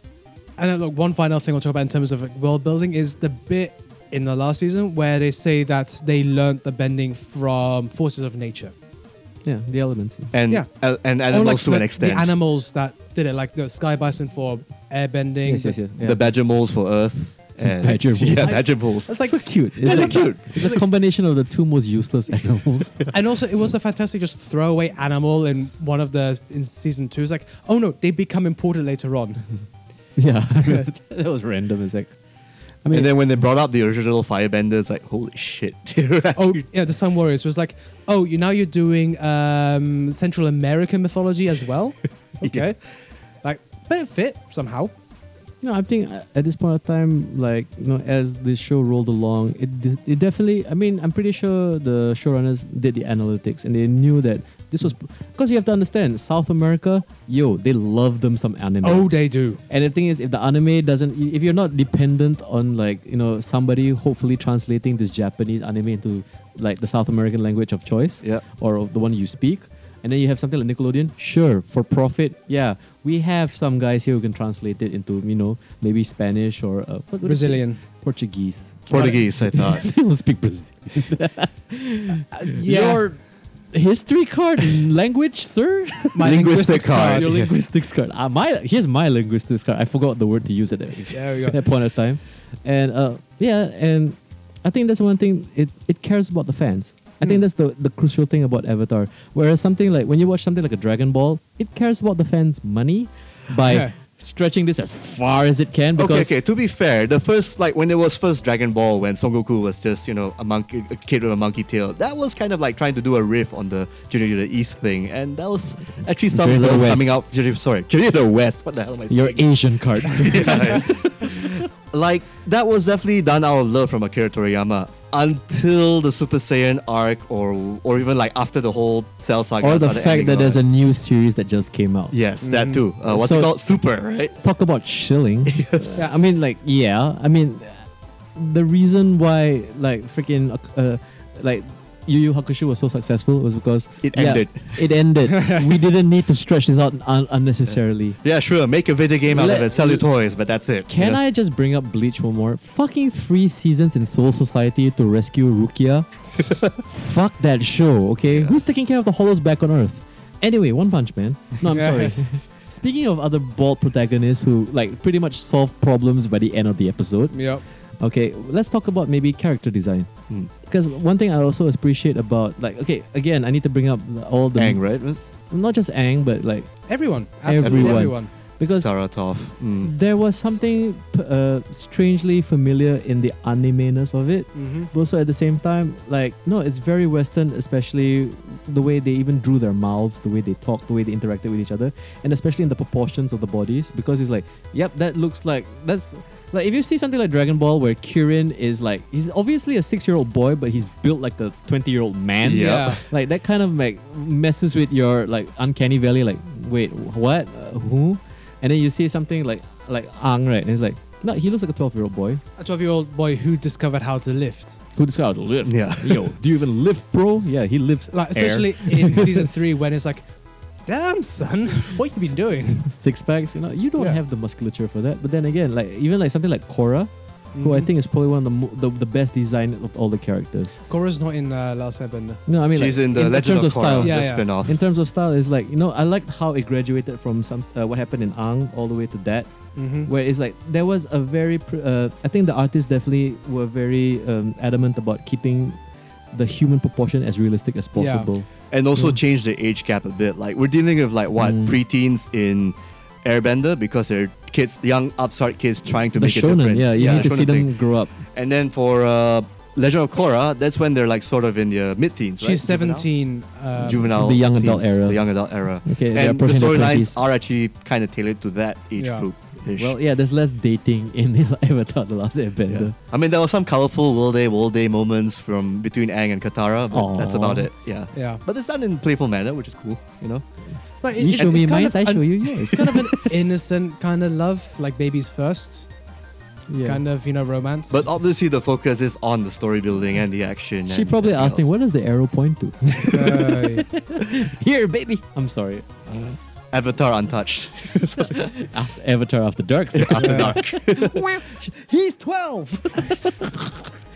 C: and uh, look, one final thing I'll talk about in terms of like, world building is the bit in the last season where they say that they learnt the bending from forces of nature,
B: Yeah, the elements. yeah.
A: and
C: Yeah.
A: uh, and
C: Or,
A: animals
C: like,
A: to
C: the,
A: an extent.
C: The animals that did it, like the sky bison for airbending.
B: Yes, yes, yes. yeah.
A: The badger moles for Earth. And
B: Badger moles.
A: (laughs) Yeah, badger moles.
C: It's
B: It's
C: like,
B: so cute. It's,
A: They're
B: like,
A: cute.
B: it's a combination of the two most useless (laughs)
A: (laughs)
B: animals.
C: and also it was a fantastic just throwaway animal in one of the in season two. It's like, oh no, they become important later
B: (laughs)
C: on.
B: yeah, (laughs) that was random as heck. I mean,
A: and then when they brought up the original firebenders, like holy shit! (laughs)
C: oh yeah, the Sun Warriors was like, oh, you now you're doing um, Central American mythology as
B: (laughs)
C: well. Okay, like, but it fit somehow.
B: No, I think uh, at this point of time, like you know, as this show rolled along, it d- it definitely. I mean, I'm pretty sure the showrunners did the analytics and they knew that this was because you have to understand South America. Yo, they love them some anime.
C: Oh, they do.
B: And the thing is, if the anime doesn't, if you're not dependent on like you know somebody hopefully translating this Japanese anime into like the South American language of choice,
A: yeah.
B: or of the one you speak. And then you have something like Nickelodeon. Sure, for profit. Yeah, we have some guys here who can translate it into, you know, maybe Spanish or uh, what- what is it?
C: Brazilian.
B: Portuguese. (laughs)
A: Portuguese, I thought.
B: they will speak Brazil.
C: Uh, Yeah.
B: Your history card, language, sir. (laughs)
C: My
A: linguistic card.
B: Your
A: Yeah.
B: linguistics card. Uh, my here's my linguistics card. I forgot the word to use at that
C: (laughs) There we
B: at
C: go.
B: that point of time. And uh, yeah, and I think that's one thing it, it cares about the fans. I
C: Mm.
B: think that's the, the crucial thing about Avatar. Whereas something like when you watch something like a Dragon Ball, it cares about the fans' money by
C: Yeah.
B: stretching this as far as it can because
A: Okay, okay. To be fair, the first like when it was first Dragon Ball, when Son Goku was just you know a monkey, a kid with a monkey tail, that was kind of like trying to do a riff on the Journey to the East thing, and that was actually
B: Journey
A: something
B: to the
A: that was
B: West.
A: coming out. Journey, sorry, Journey to the West. What the hell am I saying?
B: your Asian
C: (laughs)
B: cards.
A: Yeah. like that was definitely done out of love from Akira Toriyama until the Super Saiyan arc, or or even like after the whole Cell saga.
B: or the
A: started
B: fact
A: ending
B: that
A: and all
B: there's a new series that just came out.
A: yes, that too. Uh, what's it
B: Mm. So-
A: called? Super, right?
B: talk about
A: (laughs)
B: shilling. I mean, like, yeah. I mean, the reason why, like, freaking, uh, like, Yu Yu Hakusho was so successful was because
A: It
B: yeah,
A: ended.
B: It
A: (laughs)
B: ended. we didn't need to stretch this out un- unnecessarily.
A: Yeah, sure. Make a video game out
B: Let-
A: of it. Sell your toys, but that's it.
B: Can I just bring up Bleach one more? Fucking three seasons in Soul Society to rescue Rukia. Fuck that show, okay? Who's taking care of the hollows back on Earth? Anyway, One Punch Man. No, I'm sorry. Speaking of other bald protagonists who like pretty much solve problems by the end of the episode.
C: Yep.
B: Okay, let's talk about maybe character design.
A: Hmm.
B: Because one thing I also appreciate about like okay, again, I need to bring up all the
A: Ang, right?
B: not just Ang, but like
C: Everyone. Absolutely
B: Everyone.
C: everyone.
B: because
A: Saratov. Mm.
B: there was something p- uh, strangely familiar in the anime-ness of it.
C: Mm-hmm.
B: But also at the same time, like no, it's very Western, especially the way they even drew their mouths, the way they talked, the way they interacted with each other, and especially in the proportions of the bodies. Because it's like, yep, that looks like that's like if you see something like Dragon Ball where Kirin is like he's obviously a six-year-old boy, but he's built like a twenty-year-old man.
A: Yeah.
C: Yeah.
B: Like that kind of like messes with your like uncanny valley. Like wait, what? Uh, who? And then you see something like like Ang right, and it's like no, he looks like a twelve-year-old boy.
C: A 12 year old boy who discovered how to lift.
B: Who described the lift?
A: Yeah.
B: Yo, do you even lift, bro? Yeah, he lifts
C: Like, especially in season three when it's like, damn, son, (laughs) what you been doing?
B: six packs. You know, you don't
C: Yeah.
B: have the musculature for that. But then again, like even like something like Korra, who I
A: Mm-hmm.
C: Mhm.
B: think is probably one of the, mo- the the best design of all the characters.
C: Korra's not in uh, Last Airbender.
B: No, I mean
A: She's
B: like,
A: in the Legend
B: terms
A: of,
B: of
A: Korra,
B: style.
C: Yeah,
A: the
C: yeah.
A: spin-off.
B: In terms of style, it's like you know I liked how it graduated from some uh, what happened in Ang all the way to that,
C: Mm-hmm.
B: where it's like there was a very pr- uh, I think the artists definitely were very um, adamant about keeping the human proportion as realistic as
C: Yeah.
B: possible.
A: and also
B: Mm.
A: change the age gap a bit. Like we're dealing with like what
B: Mm.
A: preteens in Airbender because they're kids, young upstart kids trying to
B: the
A: make a
B: shonen,
A: difference.
B: yeah, you need to
A: shonen
B: see them
A: thing.
B: grow up.
A: And then for uh, Legend of Korra, that's when they're like sort of in their mid-teens.
C: She's
A: right? Juvenile?
C: 17. Um,
A: Juvenile,
B: uh, The young adult
A: teens,
B: era.
A: the young adult era.
B: Okay, they're
A: and the
B: approaching their
A: storylines
B: 20s.
A: are actually kind of tailored to that age
C: Yeah.
A: group.
B: Well, yeah, there's less dating in (laughs) the Avatar: The Last
A: Yeah.
B: Airbender.
A: I mean, there were some colorful world day, world day moments from between Aang and Katara, but that's
B: Aw.
A: about it. Yeah.
C: Yeah.
A: But it's done in playful manner, which is cool, you know?
C: Like, it-
B: You
C: it's-
B: show me
C: it's kind
B: mine,
C: of
B: I
C: an-
B: show you yours.
A: (laughs)
C: It's kind of an (laughs) innocent kind of love, like babies first,
B: yeah.
C: kind of you know romance.
A: But obviously, the focus is on the story building and the action.
B: she
A: and
B: probably
A: everything
B: asked him,
A: else.
B: "What does the arrow point to?"
C: (laughs)
B: (laughs)
C: Uh,
B: Here, baby. I'm sorry.
A: Avatar Untouched.
B: (laughs) After Avatar After Dark. Still after dark. (laughs) he's twelve.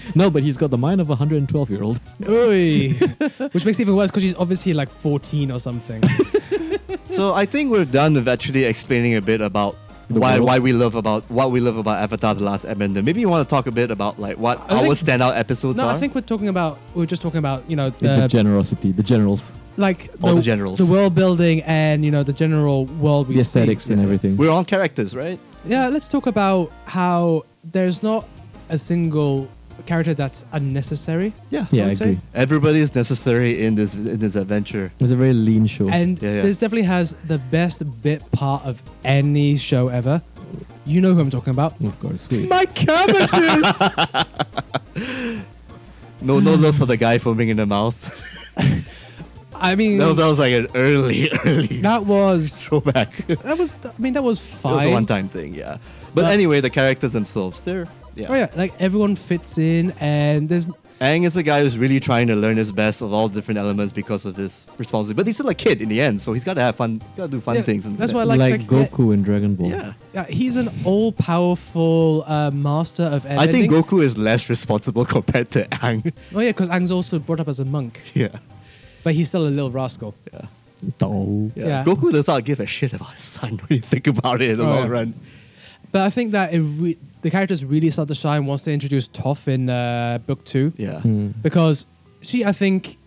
B: (laughs) no, but he's got the mind of a hundred and twelve year old.
A: (laughs)
C: Oi. Which makes it even worse because she's obviously like 14 or
A: (laughs)
C: something.
A: (laughs) so I think we're done with actually explaining a bit about
B: The
A: why
B: world.
A: why we love about what we love about Avatar: The Last Airbender. Maybe you want to talk a bit about like what
C: I
A: our
C: think-
A: standout episodes
C: no,
A: are.
C: I think we're talking about we we're just talking about you know
B: The,
C: the
B: generosity, the generals,
C: like
A: All the generals.
C: the world building, and you know the general world we
B: the aesthetics,
C: see.
B: and everything.
A: we're on characters, right?
C: Yeah, let's talk about how there's not a single character that's unnecessary.
A: Yeah.
B: yeah, I
C: I'd say.
B: agree.
A: Everybody is necessary in this in this adventure.
B: It's a very lean show.
C: And
A: Yeah, yeah.
C: this definitely has the best bit part of any show ever. You know who I'm talking about.
B: of course, we.
C: My
A: (laughs)
C: cabbages!
A: No, no love for the guy foaming in the mouth. (laughs)
C: I mean,
A: that, was, that was like an early, (laughs) early
C: that was
A: throwback. (laughs) It
C: that was. I mean, that was
A: was a
C: fine.
A: one-time thing, yeah. But
C: But-
A: anyway, the characters themselves, they're yeah.
C: Oh yeah, like everyone fits in, and there's
A: Aang is a guy who's really trying to learn his best of all different elements because of his responsibility. But he's still a kid in the end, so he's got to have fun, got to do fun
C: Yeah,
A: things. And
C: that's
A: stuff.
C: why I
B: like,
C: like Sek-
B: Goku in Dragon Ball.
A: yeah.
C: yeah, he's an all-powerful uh, master of.
A: I think Goku is less responsible (laughs) compared to Aang. (laughs)
C: Oh yeah, because Ang's also brought up as a monk,
A: yeah.
C: but he's still a little rascal.
A: yeah.
B: Oh.
A: Yeah.
C: Yeah.
A: Goku does not give a shit about his son when you think about it in the
C: Oh,
A: long
C: yeah.
A: run.
C: But I think that it re- the characters really start to shine once they introduce Toph in uh, book two,
A: Yeah.
B: Hmm.
C: because she I think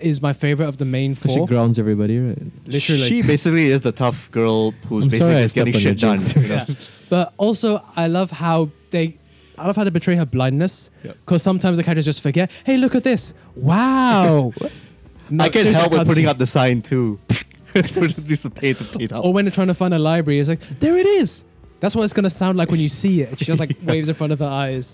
C: is my favorite of the main
B: 'Cause she
C: four.
B: grounds everybody, right?
C: Literally. (laughs)
A: She basically is the tough girl who's
B: I'm
A: basically
B: sorry I
A: just getting shit
B: stepped
A: done.
B: on your
A: you know?
C: (laughs)
A: (laughs)
C: Yeah. But also, I love how they, I love how they portray her blindness.
A: Yep.
C: Because sometimes the characters just forget. Hey, look at this!
A: (laughs)
C: Wow. No,
A: I can't
C: seriously,
A: help but
C: can't
A: putting
C: see.
A: up the sign
C: (laughs)
A: too. just do some paint to paint up.
C: Or when they're trying to find a library, it's like there it is. That's what it's gonna sound like when you see it. She just
A: (laughs)
C: like waves in front of her eyes.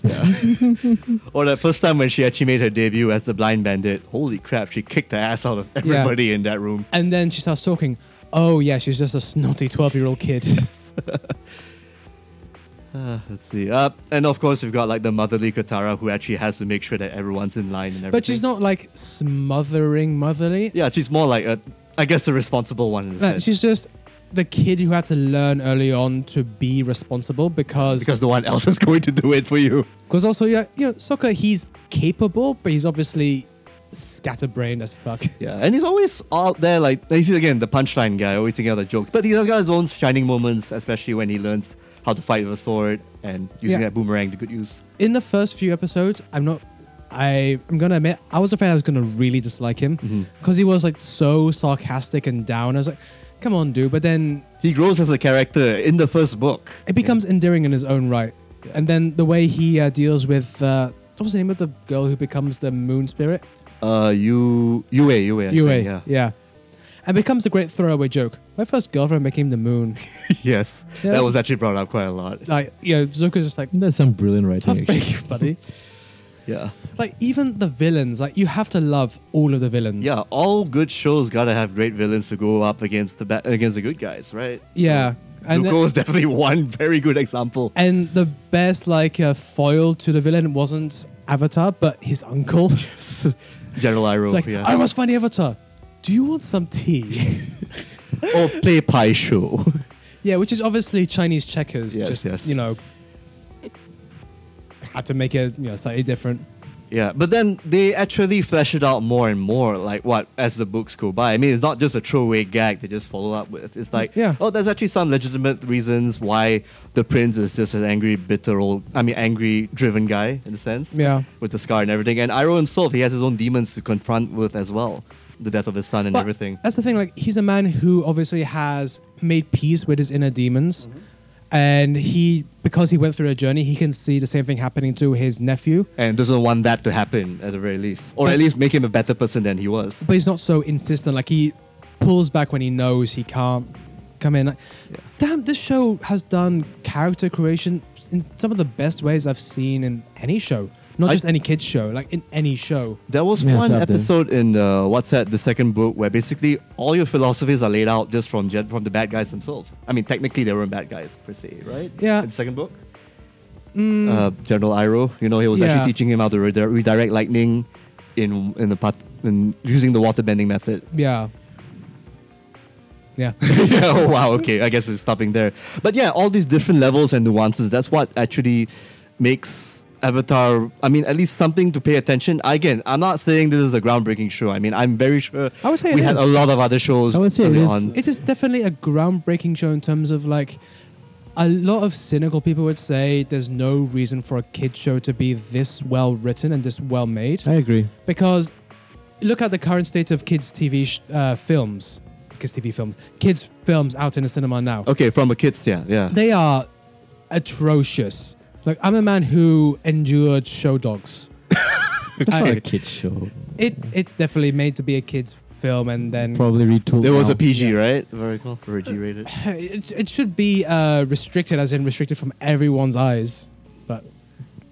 A: Or the first time when she actually made her debut as the blind bandit. Holy crap, she kicked the ass out of everybody in that room.
C: And then she starts talking. Oh yeah, she's just a snotty twelve-year-old kid.
A: Uh, let's see. Uh, and of course, we've got like the motherly Katara who actually has to make sure that everyone's in line and everything.
C: (laughs) but she's not like smothering motherly.
A: Yeah, she's more like a, I guess, the responsible one. in a
C: No,
A: sense.
C: she's just the kid who had to learn early on to be responsible because
A: because no one else is (laughs) going to do it for you.
C: Because also, yeah, you know, soccer, he's capable, but he's obviously scatterbrained as fuck.
A: Yeah, and he's always out there, like, he's again the punchline guy, always thinking of the jokes. But he's got his own shining moments, especially when he learns how to fight with a sword and using
C: Yeah.
A: that boomerang to good use.
C: In the first few episodes, I'm not. I, I'm gonna admit, I was afraid I was gonna really dislike him because he was like so sarcastic and down. I was like, come on, dude. But then
A: He grows as a character in the first book.
C: it becomes endearing in his own right. And then the way he uh, deals with. Uh, what was the name of the girl who becomes the moon spirit?
A: Uh, you, Yue, Yue, I
C: Yue.
A: think,
C: Yeah.
A: yeah, (laughs)
C: And becomes a great throwaway joke. My first girlfriend became the moon.
A: yes,
C: Yeah,
A: that
C: that's-
A: was actually brought up quite a lot.
C: like, you know, Zuko's just like,
B: That's some brilliant writing.
C: tough
B: Actually.
C: break, buddy.
A: Yeah,
C: like even the villains like you have to love all of the villains
A: yeah, all good shows gotta have great villains to go up against the ba- against the good guys, right?
C: yeah and
A: Zuko is definitely (laughs) one very good example.
C: and the best like uh, foil to the villain wasn't avatar but his uncle (laughs) it's
A: General Iroh,
C: like
A: yeah.
C: i must find avatar do you want some tea (laughs)
A: or play pie show. (laughs)
C: yeah which is obviously chinese checkers
A: Yes,
C: just
A: yes.
C: you know had to make it you know slightly different
A: Yeah, but then they actually flesh it out more and more, like what as the books go by. I mean, it's not just a throwaway gag they just follow up with. It's like,
C: Yeah.
A: oh, there's actually some legitimate reasons why the prince is just an angry, bitter old, I mean, angry, driven guy in a sense.
C: Yeah.
A: With the scar and everything, and Iroh himself, he has his own demons to confront with as well, the death of his son and
C: But
A: everything.
C: That's the thing. Like he's a man who obviously has made peace with his inner demons, and he because he went through a journey, he can see the same thing happening to his nephew.
A: And doesn't want that to happen at the very least, or
C: But-
A: at least make him a better person than he was.
C: But he's not so insistent. Like he pulls back when he knows he can't come in. Like, Damn, this show has done character creation in some of the best ways I've seen in any show. Not
A: I-
C: just any kids show, like in any show.
A: There was
B: Yeah,
A: one
B: it's up there.
A: episode in uh, what's that? The second book where basically all your philosophies are laid out just from gen- from the bad guys themselves. I mean, technically they weren't bad guys per se, right?
C: Yeah.
A: In the second book,
C: Mm,
A: uh, General Iroh, you know, he was
C: Yeah.
A: actually teaching him how to redi- redirect lightning in in the path in using the water bending method.
C: yeah.
A: (laughs)
C: Yeah.
A: yeah,
B: (laughs)
A: oh, wow, okay. I guess we're stopping there. But yeah, all these different levels and nuances, that's what actually makes Avatar, I mean, at least something to pay attention. Again, I'm not saying this is a groundbreaking show. I mean, I'm very sure
C: I would say
A: we
C: it
A: had
C: is.
A: a lot of other shows
B: I would say it
A: early
B: is.
A: on.
C: It is definitely a groundbreaking show in terms of like a lot of cynical people would say there's no reason for a kid show to be this well written and this well made
B: I agree.
C: because look at the current state of kids TV sh- uh, films, kids TV films, kids films out in the cinema now.
A: okay, from a kid's, yeah, yeah.
C: They are atrocious. Like I'm a man who endured show dogs.
B: (laughs) That's
C: (laughs) I-
B: not a kid show.
C: It it's definitely made to be a kids film and then
B: Probably retooled.
A: There was
B: now.
A: a PG,
C: Yeah.
A: right? Very cool. Very G rated.
C: it, it should be uh, restricted as in restricted from everyone's eyes. But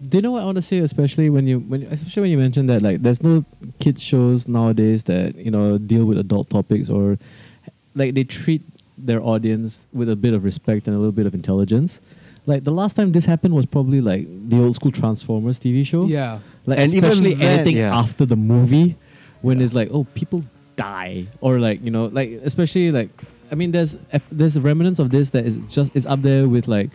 B: Do you know what I want to say? Especially when you, when especially when you mentioned that, like, there's no kids shows nowadays that you know deal with adult topics or, like, they treat their audience with a bit of respect and a little bit of intelligence. Like the last time this happened was probably like the old school Transformers TV show.
C: yeah.
B: Like
A: And even
B: especially
A: then,
B: anything
A: yeah.
B: after the movie, when it's like, oh, people die, or like you know, like especially like, I mean, there's there's remnants of this that is just is up there with like.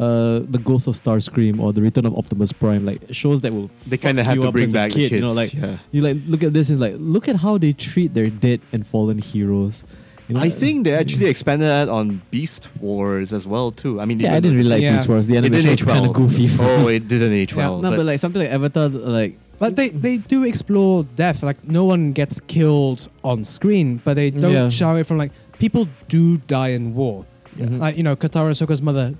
B: Uh, the Ghost of Starscream or the Return of Optimus Prime, like shows that will
A: They
B: fuck
A: kind of have
B: you
A: to
B: up
A: bring
B: as a
A: back the
B: kid,
A: kids.
B: You know, like
A: yeah.
B: you like look at this and like look at how they treat their dead and fallen heroes. You know,
A: I think they actually expanded that on Beast Wars as well, too. I mean,
B: yeah, I
A: even-
B: didn't really like
C: Yeah.
B: these words. The
A: It didn't
B: animation was
A: age well.
B: kind of goofy. For
A: Oh, it didn't age
C: Yeah,
A: well.
B: no, but like something like Avatar, like
C: But they, they do explore death. Like no one gets killed on screen, but they don't
B: Yeah.
C: show it from like people do die in war.
A: Mm-hmm.
B: Mhm.
C: Like you know, Katara Sokka's mother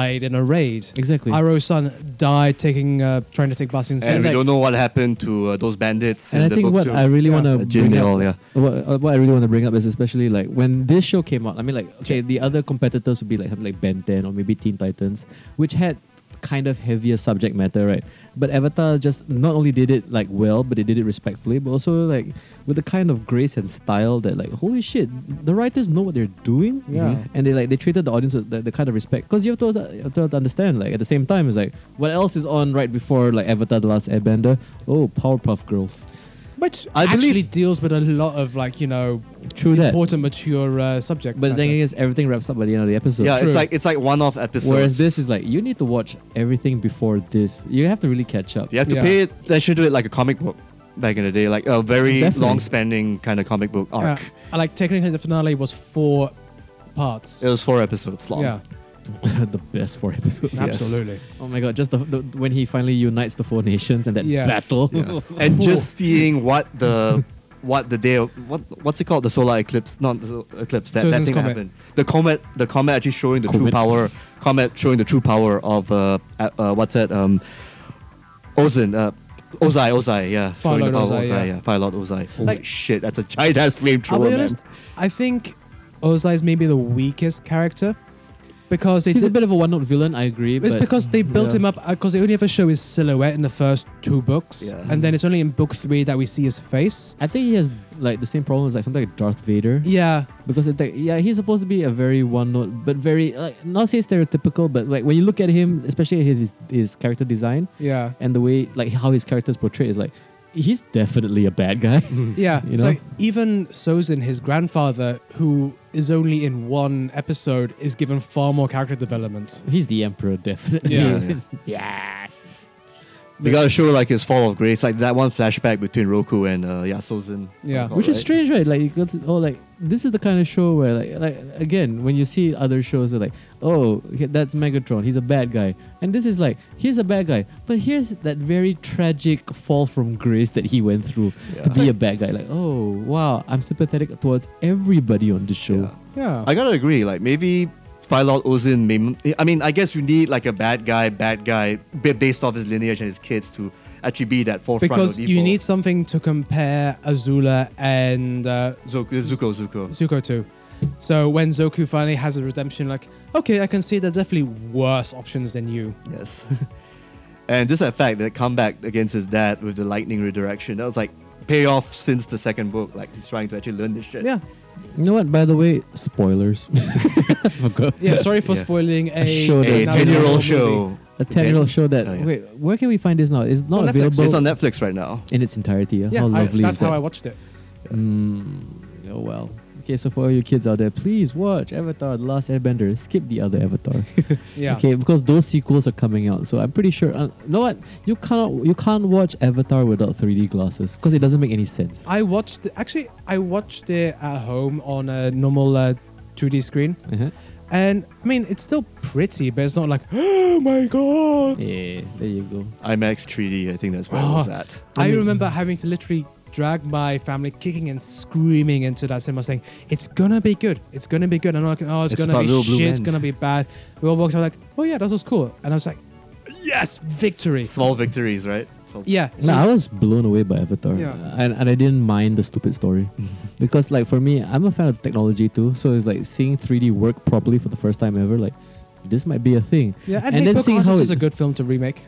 C: died in a raid.
B: exactly.
C: Iroh's son died taking uh, trying to take Basin
A: and eh, we
B: like-
A: don't know what happened to uh, those bandits.
B: And
A: in
B: I
A: the
B: think
A: book
B: what
A: too.
B: I really
C: Yeah.
B: want to
A: Uh, Jin
B: bring up,
A: Yol, yeah.
B: what, uh, what I really want to bring up is especially like when this show came out. I mean, like okay, the other competitors would be like something like Ben 10 or maybe Teen Titans, which had kind of heavier subject matter, right? But Avatar just not only did it like well, but they did it respectfully, but also like with the kind of grace and style that like holy shit, the writers know what they're doing. Mm-hmm.
C: Yeah.
B: And they like they treated the audience with the, the kind of respect because you have to, you have to understand like at the same time it's like what else is on right before like Avatar: The Last Airbender? Oh, Powerpuff Girls.
C: which
A: I
C: actually
A: believe-
C: deals with a lot of like you know
B: True that.
C: important mature uh, subject.
B: But the
C: matter.
B: thing is, everything wraps up by the end of the episode.
A: yeah,
C: True.
A: it's like it's like one-off episodes.
B: Whereas this is like you need to watch everything before this. You have to really catch up.
A: you have to
C: Yeah.
A: pay attention to it like a comic book back in the day, like a very
B: Definitely.
A: long-spanning kind of comic book
C: Yeah.
A: arc.
C: I like technically the finale was four parts.
A: It was four episodes long.
C: yeah,
B: (laughs) the best four episodes.
A: Yes.
C: absolutely.
B: Oh my god! Just the, the when he finally unites the four nations and that
C: Yeah.
B: battle.
C: (laughs)
A: Yeah. and just seeing what the what the day of, what what's it called the solar eclipse not the sol- eclipse that, that
C: Susan's
A: thing that
C: comet.
A: happened the comet the comet actually showing the true
B: Comet.
A: power comet showing the true power of uh, uh, uh what's that um Ozin uh Ozai Ozai yeah
C: Fire
A: showing the
C: Lord
A: power of
C: Ozai, yeah.
A: yeah. Fire Lord Ozai holy
C: Like-
A: shit that's a giant ass
C: I'll
A: flamethrower
C: be
A: man
C: honest. I think Ozai is maybe the weakest character because
B: (laughs)
C: they
B: he's a
C: did,
B: bit of a one-note villain. I agree.
C: it's
B: but
C: because they built
B: Yeah.
C: him up because they only ever show his silhouette in the first two books,
A: Yeah.
C: and then it's only in book three that we see his face.
B: I think he has like the same problem as like something like Darth Vader.
C: Yeah,
B: Because it's like, yeah, he's supposed to be a very one note, but very like not say stereotypical, but like when you look at him, especially his his character design,
C: yeah,
B: and the way like how his character is portrayed is like he's definitely a bad
A: (laughs)
B: guy.
A: Hmm.
C: yeah.
B: You
C: So
B: know?
C: even Sozin, his grandfather, who is only in one episode, is given far more character development.
B: he's the emperor, definitely.
C: Yeah.
A: Yeah.
B: (laughs) Yes.
A: they gotta show like his fall of grace like that one flashback between Roku and uh, Yasozin
B: (laughs)
C: Yeah.
B: Which is
A: Right?
B: strange, right? Like, you got to, oh, like this is the kind of show where, like, like again, when you see other shows, they're like, oh, he- that's Megatron, he's a bad guy, and this is like, he's a bad guy, but here's that very tragic fall from grace that he went through
A: Yeah.
B: to be a bad guy. Like, oh, wow, I'm sympathetic towards everybody on the show.
A: Yeah.
C: Yeah,
A: I gotta agree. Like maybe File Out Ozin. May, I mean, I guess you need like a bad guy, bad guy, ba- based off his lineage and his kids to actually be that forefront.
C: because
A: of evil.
C: you need something to compare Azula and uh,
A: Zuko, Zuko, Zuko.
C: Zuko too. So when Zoku finally has a redemption, like, okay, I can see there's definitely worse options than you.
A: Yes. (laughs) And this effect, the comeback against his dad with the lightning redirection, that was like payoff since the second book. Like he's trying to actually learn this shit.
C: Yeah.
B: You know what? By the way, (laughs) spoilers. I forgot.
C: Yeah. Sorry for
A: Yeah.
C: spoiling a,
B: show
A: A 10
B: that's not-
C: Naruto
A: year old
C: movie.
A: show.
B: A ten-year-old show that.
A: Oh, yeah.
B: Wait, where can we find this now?
A: Oh,
B: It's not
C: on Netflix.
B: available
A: It's on Netflix right now.
B: in its entirety. Yeah,
C: Yeah.
B: how
C: I,
B: lovely
C: that's
B: is that?
C: how I watched it.
B: Mm, oh well. Okay, so for all you kids out there, please watch Avatar: The Last Airbender. Skip the other Avatar.
C: Yeah.
B: Okay, because those sequels are coming out, so I'm pretty sure. Uh, you know what? You cannot you can't watch Avatar without 3D glasses because it doesn't make any sense.
C: I watched actually I watched it at home on a normal uh, 2D screen,
B: Uh-huh.
C: and I mean it's still pretty, but it's not like (gasps) oh my god.
B: Yeah, Eh, there you go.
A: IMAX 3D, I think that's where it was
C: Oh.
A: at.
C: I
B: Mm.
C: remember having to literally drag my family kicking and screaming into that cinema saying, It's gonna be good. It's gonna be good. And I'm like, oh, it's,
A: It's
C: gonna
A: about
C: be
A: Little Blue
C: shit, it's
A: Men.
C: gonna be bad. We all walked out like, Oh yeah, that was cool. And I was like, Yes, victory.
A: Small victories, right? So-
C: Yeah.
B: No, I was blown away by Avatar,
C: Yeah.
B: and, and I didn't mind the stupid
C: (laughs)
B: story, because like for me, I'm a fan of technology too. So it's like seeing 3D work properly for the first time ever. Like this might be a thing,
C: yeah, and,
B: and then
C: Hitbook
B: seeing how
C: Hunters
B: it-
C: is a good film to remake.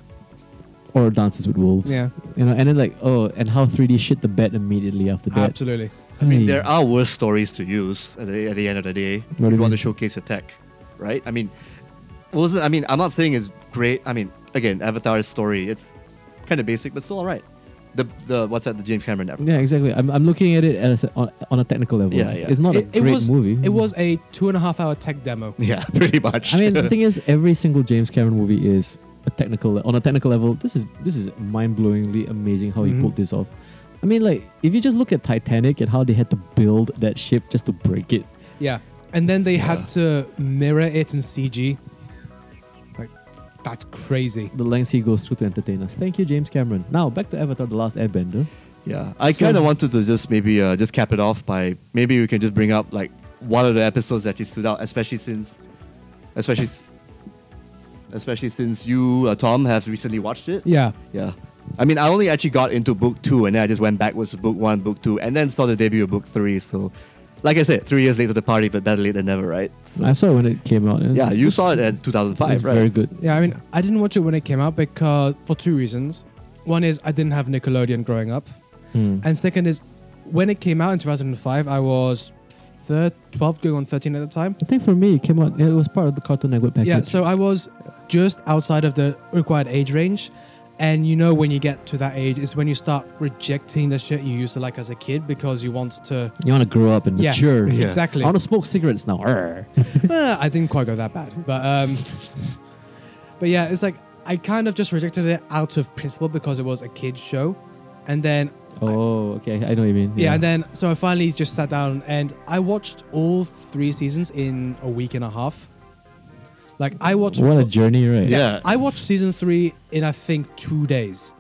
B: or Dances with Wolves.
C: Yeah.
B: you know, and then like oh, and how 3D shit the bed immediately after that.
C: Absolutely.
A: I mean,
B: Aye.
A: there are worse stories to use at the, at the end of the day. if
B: do
A: you
B: you
A: want to
B: mean?
A: showcase your tech, right? I mean, wasn't I mean, I'm not saying it's great. I mean, again, Avatar's story, it's kind of basic, but still all right. The the what's that? The James Cameron Avatar.
B: Yeah, exactly. I'm, I'm looking at it as on, on a technical level.
A: Yeah, yeah.
B: It's not
C: it,
B: a
C: it
B: great
C: was
B: movie.
C: it was a two and a half hour tech demo.
A: Yeah, (laughs) pretty much.
B: I mean,
A: (laughs)
B: the thing is, every single James Cameron movie is a technical on a technical level. This is this is mind-blowingly amazing how
C: Mhm.
B: he pulled this off. I mean, like if you just look at Titanic and how they had to build that ship just to break it.
C: Yeah. And then they had to mirror it in CG. Like, that's crazy.
B: The lengths he goes through to entertain us. Thank you, James Cameron. Now back to Avatar: The Last Airbender.
A: yeah, I
B: So-
A: kind of wanted to just maybe uh, just cap it off by maybe we can just bring up like one of the episodes that you stood out, especially since, especially, s- especially since you uh, Tom have recently watched it.
C: Yeah.
A: Yeah. I mean, I only actually got into book two, and then I just went backwards to book one, book two, and then saw the debut of book three. So, like I said, three years later the party, but better late than never, right?
B: I saw it when it came out. and
A: Yeah, you
B: it's-
A: saw it in
B: Mm-hmm. It's
A: 2005, right?
B: very good.
C: Yeah, I mean, I didn't watch it when it came out because for two reasons. One is I didn't have Nickelodeon growing up,
B: Hmm.
C: and second is when it came out in 2005, I was thir 12 going on 13 at the time.
B: I think for me, it came out. It was part of the Cartoon Network package.
C: Yeah, so I was just outside of the required age range. And you know, when you get to that age, it's when you start rejecting the shit you used to like as a kid because you want to.
B: you want to grow up and
C: Yeah, (laughs)
B: mature.
A: Yeah.
C: exactly.
B: I want to smoke cigarettes now.
C: (laughs)
B: Arr.
C: Uh, I didn't quite go that bad, but um, but yeah, it's like I kind of just rejected it out of principle because it was a kids show, and then
B: Oh, okay. I know what you mean.
C: yeah, and then so I finally just sat down and I watched all three seasons in a week and a half. Like I watched,
B: what a journey, right?
A: Yeah.
C: I watched season three in I think two days.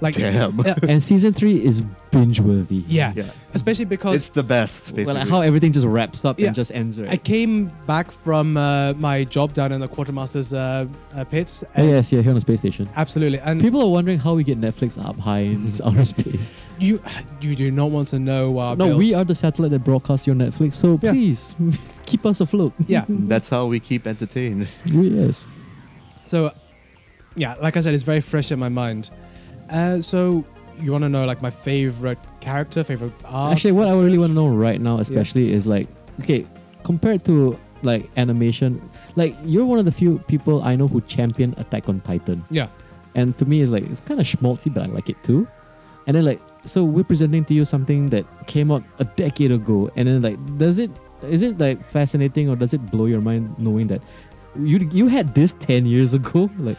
C: Like
A: Damn.
C: (laughs) yeah,
B: (laughs) And season three is binge worthy.
C: yeah,
A: Yeah.
C: especially because
A: It's the best, basically.
B: Well, like how everything just wraps up
C: Yeah.
B: and just ends, right?
C: I came back from uh, my job down in the quartermaster's uh, uh, pits.
B: oh,
C: and-
B: yes, yeah, here on the space station.
C: Absolutely, and
B: People are wondering how we get Netflix up high in outer (laughs) space.
C: You you do not want to know our
B: no,
C: bill.
B: we are the satellite that broadcasts your Netflix, so
C: Yeah.
B: please (laughs) keep us afloat.
C: yeah.
A: That's how we keep entertained.
B: (laughs) We- yes.
C: So yeah, like I said, it's very fresh in my mind. Uh, so you want to know like my favorite character, favorite arc?
B: Actually, what I really want to know right now, especially, is like, okay, compared to like animation, like you're one of the few people I know who champion Attack on Titan.
C: Yeah,
B: And to me, it's like it's kind of schmaltzy, but I like it too. And then like, so we're presenting to you something that came out a decade ago, and then like, does it is it like fascinating or does it blow your mind knowing that you you had this ten years ago? (laughs) Like,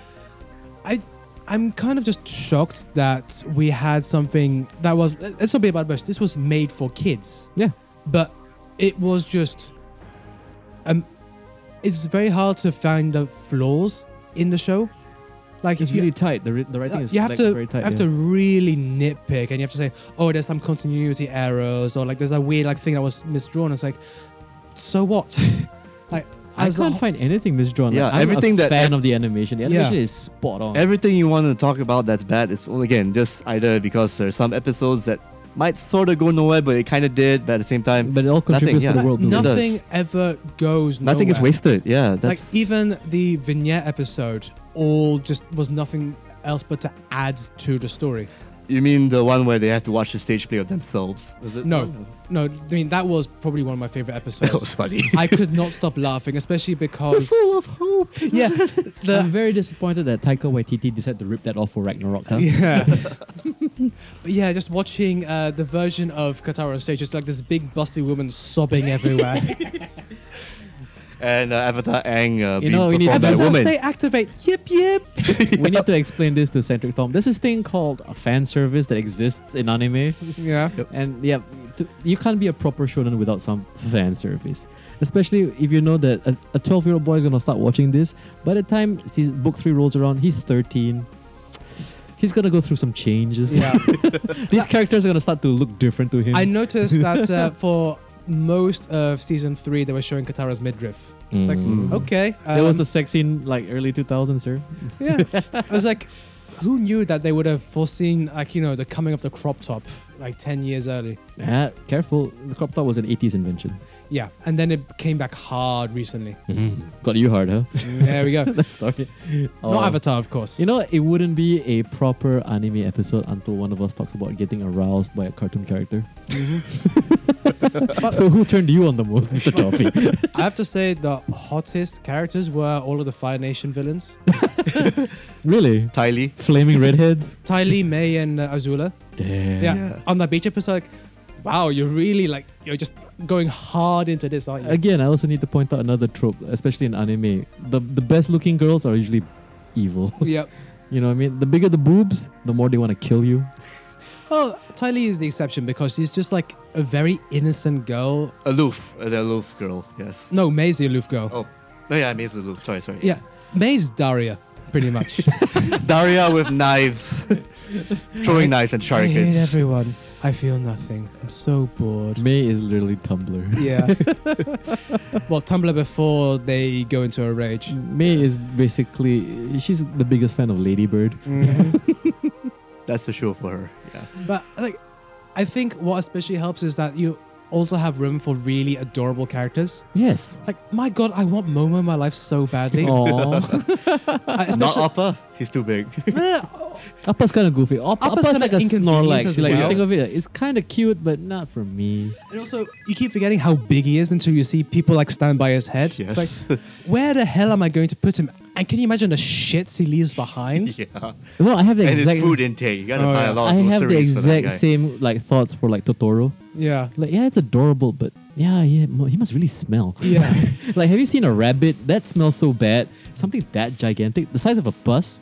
C: I I'm kind of just shocked that we had something that was let's not be about much. This was made for kids,
B: yeah,
C: but it was just um, it's very hard to find the flaws in the show. Like
B: it's
C: you- Uh,
B: really tight. The, ri- the writing is
C: you have
B: like,
C: to
B: very tight.
C: you have
B: yeah.
C: to really nitpick and you have to say oh there's some continuity errors or like there's a weird like thing that was misdrawn it's like so what (laughs) like
B: I
C: as a
B: can't
C: wh-
B: find anything misdrawn.
A: Yeah,
B: like, I'm
A: everything
B: a
A: that-
B: fan of the animation. The
C: Yeah.
B: animation is spot on.
A: Oh. Everything you want to talk about that's bad, it's all again just either because there's some episodes that might sort of go nowhere, but it kind of did, but at the same time,
B: but it all contributes
A: yeah.
B: to
C: but
B: the world. building.
A: does.
C: nothing ever goes
A: nothing is
C: nowhere. e
A: wasted. Yeah, that's
C: like even the vignette episode all just was nothing else but to add to the story.
A: You mean the one where they had to watch the stage play of themselves? Was it
C: No,
B: Oh.
A: one?
C: no, I mean that was probably one of my
B: (laughs)
C: favorite
A: That was
C: episodes.
A: funny.
C: (laughs) I could not stop laughing, especially because
A: full of hope.
C: yeah,
B: I'm
C: the
B: very disappointed that Taika Waititi decided to rip that off for Ragnarok. Huh? (laughs)
C: (laughs) yeah, but yeah, just watching uh, the version of Katara on stage, just like this big busty woman sobbing
B: (laughs)
C: everywhere.
A: And uh, Avatar Aang uh,
B: You
A: being
B: know, we need
A: performed by a
B: Avatar
A: woman.
C: Stay activate. Yip yip.
B: We need to explain this to Centric Tom. There's this thing called a fan service that exists in anime, (laughs)
C: Yeah.
B: and yeah, t- you can't be a proper shonen without some fan service. Especially if you know that a- a 12 year old boy is gonna start watching this. By the time his book three rolls around, he's 13. He's gonna go through some changes.
C: Yeah.
B: (laughs) These characters are gonna start to look different to him.
C: I noticed that uh, for most of season three, they were showing Katara's midriff. It's like,
B: Mm.
C: okay.
B: There was
C: um,
B: the sex scene like early 2000s, sir.
C: yeah.
B: (laughs)
C: I was like, who knew that they would have foreseen, like, you know, the coming of the crop top like 10 years early?
B: Ah, careful. The crop top was an 80s invention.
C: Yeah. And then it came back hard
B: (laughs)
C: recently.
B: Got you hard, (laughs) huh?
C: there we go.
B: that (laughs) story. Oh.
C: Not Avatar, of course.
B: You know, it wouldn't be a proper anime episode until one of us talks about getting aroused by a cartoon character.
C: Mm-hmm.
B: (laughs) so who turned you on the most,
C: (laughs)
B: Mr. Toffee?
C: I have to say, the hottest characters were all of the Fire Nation villains
B: really?
A: Ty Lee.
B: Flaming redheads?
C: Ty Lee, May, and uh, Azula.
B: Damn.
C: Yeah.
A: Yeah.
C: On that beach episode, like, wow, you're really like, you're just going hard into this, aren't you?
B: Again, I also need to point out another trope, especially in anime. The the best looking girls are usually evil.
C: Yep.
B: you know what I mean? The bigger the boobs, the more they want to kill you.
C: Well, Ty Lee is the exception because she's just like a very innocent girl.
A: Aloof. An aloof girl, yes.
C: No, May's the aloof girl.
A: Oh, no, yeah, Maze aloof. Sorry, sorry.
C: Yeah, May's Daria, pretty much.
A: (laughs) Daria with
C: (laughs)
A: knives. Throwing knives and
C: I hate
A: shurikens.
C: everyone. I feel nothing. I'm so bored.
B: May is literally Tumblr.
C: Yeah. (laughs) well, Tumblr before they go into a rage.
B: (laughs) May is basically she's the biggest fan of Ladybird.
A: Mm. That's the show for her. Yeah.
C: But like, I think what especially helps is that you also have room for really adorable characters.
B: Yes.
C: Like, my God, I want Momo in my life so
A: (laughs)
C: badly.
B: Aww.
C: I-
A: Not
C: (laughs) especially-
A: Upper. He's too big.
B: (laughs)
A: (laughs)
B: Appa's kind of goofy. Appa,
C: Appa's
B: Appa's,
C: kinda
B: like a
C: inconvenient
B: Snorlax.
C: as
B: Like,
C: well.
B: you think of it, it's kind of cute, but not for me.
C: And also, you keep forgetting how big he is until you see people like stand by his head.
A: Yes. (laughs)
C: It's like, where the hell am I going to put him? And can you imagine the shits he leaves behind?
A: yeah.
B: No, I have the
A: And his
B: exact.
A: food intake. You gotta
C: Oh,
A: buy
C: yeah.
A: a lot
B: I
A: of
B: have the
A: groceries for that
B: exact
A: guy.
B: same like thoughts for like Totoro.
C: Yeah.
B: Like, yeah, it's adorable, but yeah, yeah, mo- he must really smell.
C: Yeah.
B: (laughs) like, have you seen a rabbit? That smells so bad. Something that gigantic, the size of a bus.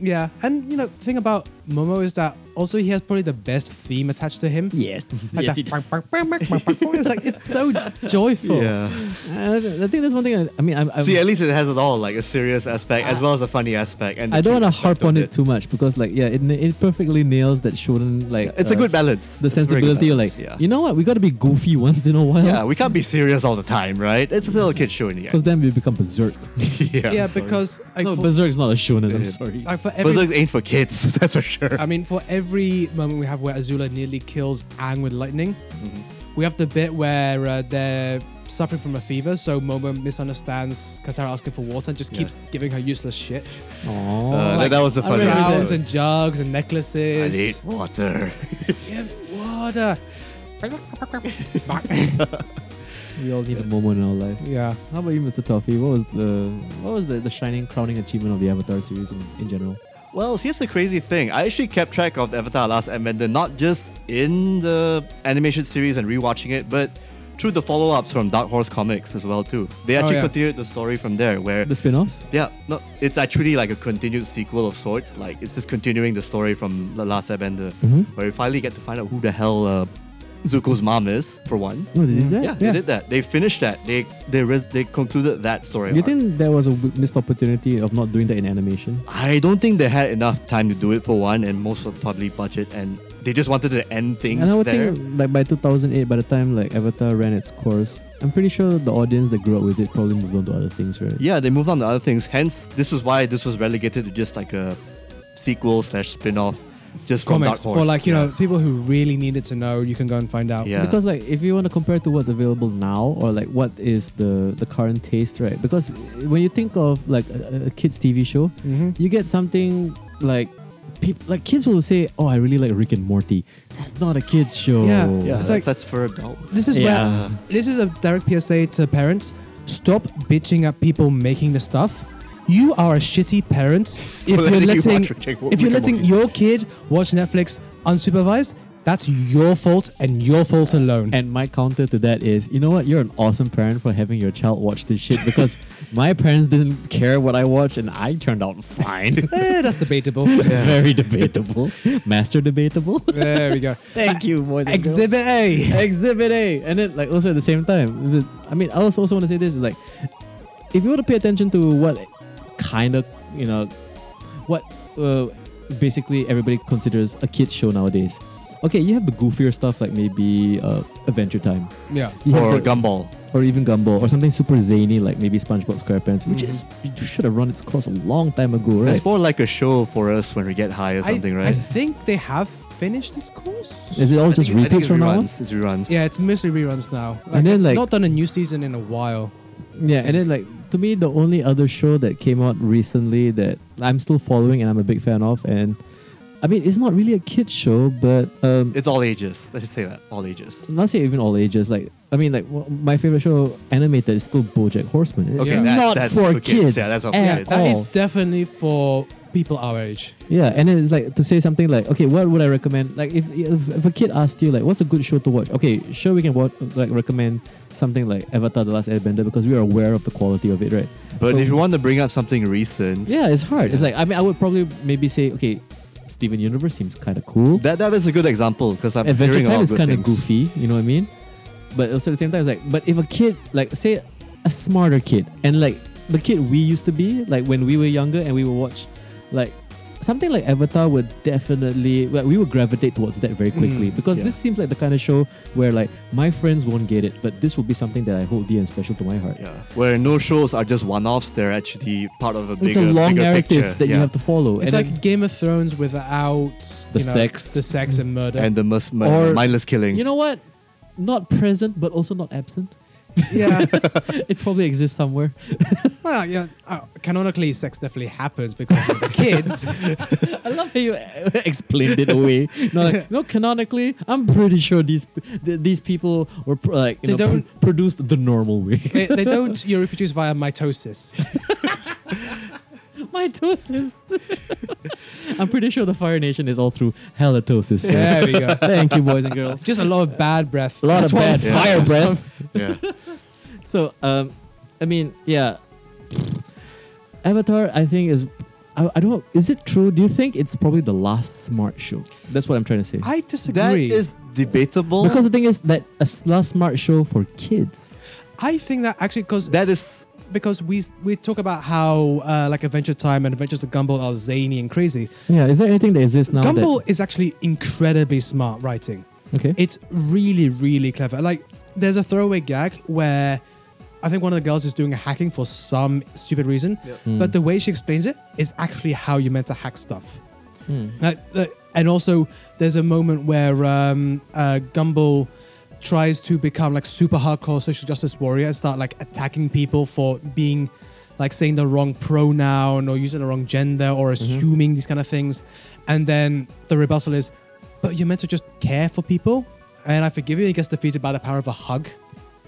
C: yeah. And, you know, the thing about Momo is that also he has probably the best theme attached to him.
B: Yes.
C: Like
B: yes
C: that
B: it-
C: it's like, it's
A: (laughs)
C: so joyful.
A: Yeah.
B: I I think that's one thing. I, I mean, I'm, I'm,
A: See, at least it has it all, like a serious aspect as
B: I-
A: well as a funny aspect. And the
B: Ah. I don't want to
A: cute aspect
B: harp
A: of
B: on it too much because, like, yeah, it, it perfectly nails that shonen like.
A: It's a
B: uh,
A: good balance.
B: The
A: It's a very good
B: sensibility, of
A: balance,
B: like,
A: yeah.
B: you know what? We got to be goofy (laughs) once in a while.
A: yeah, we can't be serious all the time, right? It's a little kid show in the
B: Because (laughs)
A: end.
B: then we become
A: (laughs)
B: berserk.
A: yeah,
C: Yeah,
A: I'm sorry.
C: because like,
B: no,
C: for,
B: berserk's not a shonen. I'm
A: Yeah.
B: sorry.
C: like, for every,
A: Berserk ain't for kids, (laughs) that's for sure.
C: I mean, for every moment we have where Azula nearly kills Aang with lightning,
A: Mm-hmm.
C: we have the bit where uh, they're suffering from a fever, so Momo misunderstands Katara asking for water and just
A: Yeah.
C: keeps giving her useless shit.
B: Aww.
A: Uh, that- that was a
B: I
A: funny
B: really
A: episode.
C: Crowns and jugs and
A: I
C: necklaces.
A: need water.
C: Give
A: (laughs)
C: water.
B: we all need a Momo in our life.
C: yeah.
B: How about you, Mr. Toffee? What was the what was the, the shining crowning achievement of the Avatar series in, in general?
A: Well, here's the crazy thing. I actually kept track of the Avatar Last Airbender, not just in the animation series and rewatching it, but through the follow-ups from Dark Horse Comics as well too. They
C: Oh,
A: actually
C: yeah.
A: continued the story from there, where
B: The spin-offs?
A: yeah, no, it's actually like a continued sequel of sorts. Like it's just continuing the story from the Last Airbender,
B: Mm-hmm.
A: where we finally get to find out who the hell uh, Zuko's mom is for one.
B: No, Oh, they did
A: Mm-hmm.
B: that.
A: Yeah, they did that. They finished that. They they res- they concluded that story.
B: You
A: arc.
B: think there was a w- missed opportunity of not doing that in animation?
A: I don't think they had enough time to do it for one, and most of probably budget, and they just wanted to end things
B: And I would
A: there.
B: think like by 2008, by the time like Avatar ran its course, I'm pretty sure the audience that grew up with it probably moved on to other things, right?
A: yeah, they moved on to other things. Hence, this is why this was relegated to just like a sequel slash spin off, just from
C: Comics
A: Dark Horse.
C: for like, you
A: yeah.
C: know, people who really needed to know, you can go and find out.
A: Yeah.
B: Because like if you want to compare to what's available now or like what is the the current taste, right? Because when you think of like a, a kids TV show,
C: Mm-hmm.
B: you get something like peop like kids will say, "Oh, I really like Rick and Morty." That's not a kids show.
C: Yeah.
A: Yeah,
C: It's
A: that's,
C: like-
A: that's for adults.
C: This is where
B: yeah.
C: this is a direct PSA to parents. Stop bitching at people making the stuff. You are a shitty
A: (laughs)
C: parent if
A: For
C: you're
A: letting you
C: letting
A: watch Rick and
C: if you're
A: Morty.
C: letting your kid watch Netflix unsupervised. That's your fault and your fault alone.
B: And my counter to that is, you know what? You're an awesome parent for having your child watch this shit because my parents didn't care what I watched and I turned out fine.
C: Eh, that's
A: (laughs)
C: debatable.
B: (laughs) Very debatable. Master debatable.
C: There we go.
B: Thank you, boys. and girls.
C: Exhibit A.
B: Exhibit A. And then, like, also at the same time, the- I mean, I also, also want to say this is like, if you want to pay attention to what kind of, you know, what uh, basically everybody considers a kid's show nowadays. Okay, you have the goofier stuff like maybe uh, Adventure Time.
C: Yeah.
B: You have
A: Or
B: the-
A: Gumball.
B: or even Gumball, or something super zany like maybe SpongeBob SquarePants,
A: Mm-hmm.
B: which is you should have run its course a long time ago, right?
A: It's more like a show for us when we get high or something,
C: I, I
A: right?
C: think they have finished its course.
B: Is it all
A: I
B: just
A: think- I think
B: repeats
A: it's
B: from now on?
A: reruns. It's reruns.
C: Yeah, it's mostly reruns now.
B: And then, like-
C: not done a new season in a while.
B: Yeah, and then like to me, the only other show that came out recently that I'm still following and I'm a big fan of, and I mean, it's not really a kids show, but um,
A: It's all ages. Let's just say that. All ages.
B: not say even all ages. Like I mean, like w- my favorite show animated is still BoJack Horseman. It's
C: Okay,
A: that-
B: not
A: that's
B: for
A: for kids.
B: kids.
A: Yeah, that's not for
B: at
A: kids.
B: all.
C: That is definitely for people our age.
B: Yeah, and then it's like to say something like, okay, what would I recommend? Like, if if, if a kid asked you like, what's a good show to watch? Okay, sure, we can watch like recommend something like Avatar: The Last Airbender because we are aware of the quality of it, right?
A: But
B: So-
A: if you want to bring up something recent,
B: Yeah, it's hard. It's
A: Yeah.
B: like I mean, I would probably maybe say, okay, Steven Universe seems kind of cool.
A: that that is a good example because I'm
B: Adventure
A: hearing a
B: Time
A: lot
B: is
A: good
B: kind of
A: things.
B: goofy, you know what I mean? But also at the same time, it's like, but if a kid, like, say, a smarter kid, and like the kid we used to be, like when we were younger and we would watch, like, something like Avatar would definitely, like, we would gravitate towards that very quickly
C: Mm,
B: because
A: yeah.
B: this seems like the kind of show where, like, my friends won't get it, but this will be something that I hold dear and special to my heart.
A: Yeah, where no shows are just one-offs; they're actually part of a bigger,
B: it's a long
A: bigger
B: narrative
A: picture.
B: that
A: yeah.
B: you have to follow.
C: It's
B: and
C: like Game of Thrones without
B: The
C: you know,
B: sex.
C: the sex and murder.
A: and the mus- mi-
B: Or-
A: mindless killing.
B: then- you know what? Not present, but also not absent.
C: (laughs)
B: (laughs)
C: yeah,
B: it probably exists somewhere.
C: well, yeah. Uh, canonically, sex definitely happens because of the
B: (laughs)
C: kids.
B: I love how you (laughs) explained it away. No, like, no, canonically, I'm pretty sure these th- these people were pr- like you
C: They
B: know, pr-
C: don't-
B: produced the normal way. (laughs)
C: they, they don't you reproduce via mitosis.
B: Mitosis. (laughs) I'm pretty sure the Fire Nation is all through halitosis. so-
C: There we
B: (laughs)
C: go.
B: Thank you, boys and girls.
C: Just a lot of bad breath.
B: A lot
C: That's
B: of
C: why-
B: bad
A: Yeah.
B: fire
A: That's
B: breath.
A: yeah,
B: (laughs) So, um, I mean, yeah, Avatar. I think is. I, I don't. Is it true? Do you think it's probably the last smart show? That's what I'm trying to say.
C: I disagree.
A: that is debatable.
B: because the thing is that a s- last smart show for kids.
C: I think that actually because
A: that is
C: because we we talk about how uh, like Adventure Time and Adventures of Gumball are zany and crazy.
B: Yeah, is there anything that exists now? that-
C: Gumball is actually incredibly smart writing.
B: okay.
C: It's really really clever. Like there's a throwaway gag where I think one of the girls is doing a hacking for some stupid reason,
B: Mm.
C: but the way she explains it is actually how you're meant to hack stuff.
B: Mm.
C: Like, uh, and also, there's a moment where um, uh, Gumball tries to become like super hardcore social justice warrior and start like attacking people for being like saying the wrong pronoun or using the wrong gender or
A: Mm-hmm.
C: assuming these kind of things. And then the rebuttal is, but you're meant to just care for people. And I forgive you. He gets defeated by the power of
A: (laughs)
C: a hug.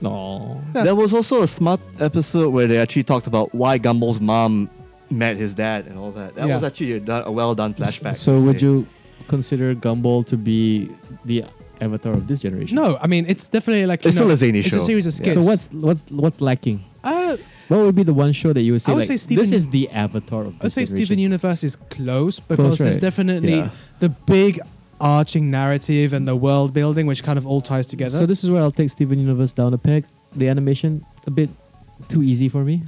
B: No.
A: there was also a smart episode where they actually talked about why Gumball's mom met his dad and all that. That
C: Yeah.
A: was actually a, do- a well done flashback.
B: So
A: I'd
B: would
A: say.
B: you consider Gumball to be the avatar of this generation?
C: No, I mean it's definitely like you
A: It's
C: know,
A: still a zany
C: it's
A: show.
C: a series of
A: Yeah.
C: skits.
B: So what's what's what's lacking?
C: Uh,
B: What would be the one show that you would say
C: I would
B: like
C: say Steven-
B: this is the avatar of
C: I would
B: this
C: say Steven
B: generation?
C: Universe is close because there's
B: right?
C: definitely
A: Yeah.
C: the big arching narrative and the world building, which kind of all ties together.
B: So this is where I'll take Steven Universe down a peg. The animation a bit too easy for me.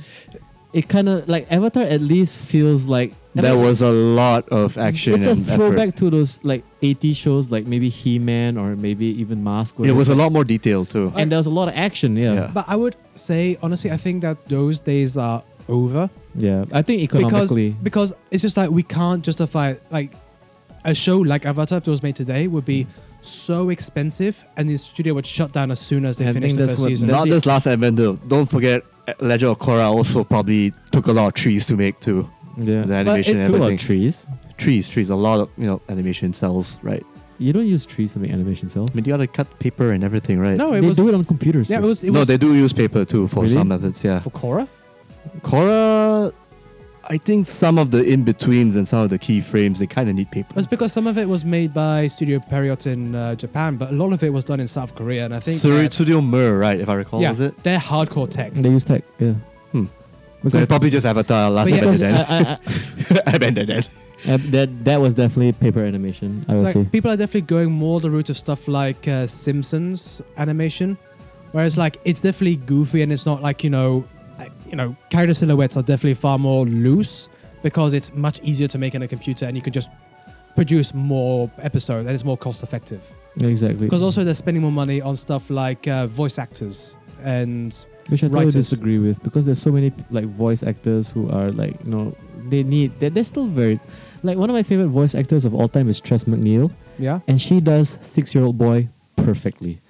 B: It kind of like Avatar at least feels like
A: There was a lot of action.
B: It's a
A: and effort.
B: throwback to those like 80 shows like maybe He-Man or maybe even Mask. where
A: It was a
B: it's like-
A: lot more detailed too.
B: and there was a lot of action. Yeah,
A: Yeah.
C: but I would say honestly, I think that those days are over
B: yeah. I think
C: because
B: economically,
C: because it's just like we can't justify like a show like Avatar if it was made today would be
B: Mm-hmm.
C: so expensive and the studio would shut down as soon as they
B: I
C: finish
B: think
C: the
B: that's
C: first
B: what-
C: season.
B: that-
A: Not
B: the-
A: this last Airbender. Don't forget, uh, Legend of Korra also probably took a lot of trees to make too.
B: yeah.
A: The animation
C: it
A: and
B: Two or
A: everything.
B: trees.
A: trees, trees, a lot of you know animation cells, right?
B: You don't use trees to make animation cells.
A: I mean, you gotta cut paper and everything, right?
C: No, it
B: they
C: was.
B: do it on computers.
C: yeah, it
B: too.
C: was. It
A: no,
C: was
A: they do use paper too for
B: Really?
A: some methods. Yeah,
C: for Cora.
A: Cora, I think some of the in betweens and some of the keyframes they kind of need paper.
C: That's because some of it was made by Studio Periot in uh, Japan, but a lot of it was done in South Korea, and I think.
A: Suri-
C: that-
A: Studio Mer, right? If I recall,
C: yeah,
A: was it?
C: they're hardcore tech.
B: They use tech. Yeah.
A: Hmm. So
B: Because,
A: it's probably just Avatar Last
C: But yeah, uh,
B: because
A: Airbender.
B: I,
A: then.
B: I,
A: (laughs)
B: I,
A: Airbender then.
C: (laughs)
B: I- (laughs) that that was definitely paper animation. I would
C: It's
B: say.
C: like people are definitely going more the route of stuff like uh, Simpsons animation, whereas like it's definitely goofy and it's not like you know, like, you know, character silhouettes are definitely far more loose because it's much easier to make in a computer and you can just produce more episodes and it's more cost effective.
B: exactly.
C: Because also they're spending more money on stuff like uh, voice actors and
B: which I
C: writers.
B: totally disagree with because there's so many like voice actors who are like you know they need they're, they're still very like one of my favorite voice actors of all time is Tress McNeil
C: yeah,
B: and she does six year old boy perfectly.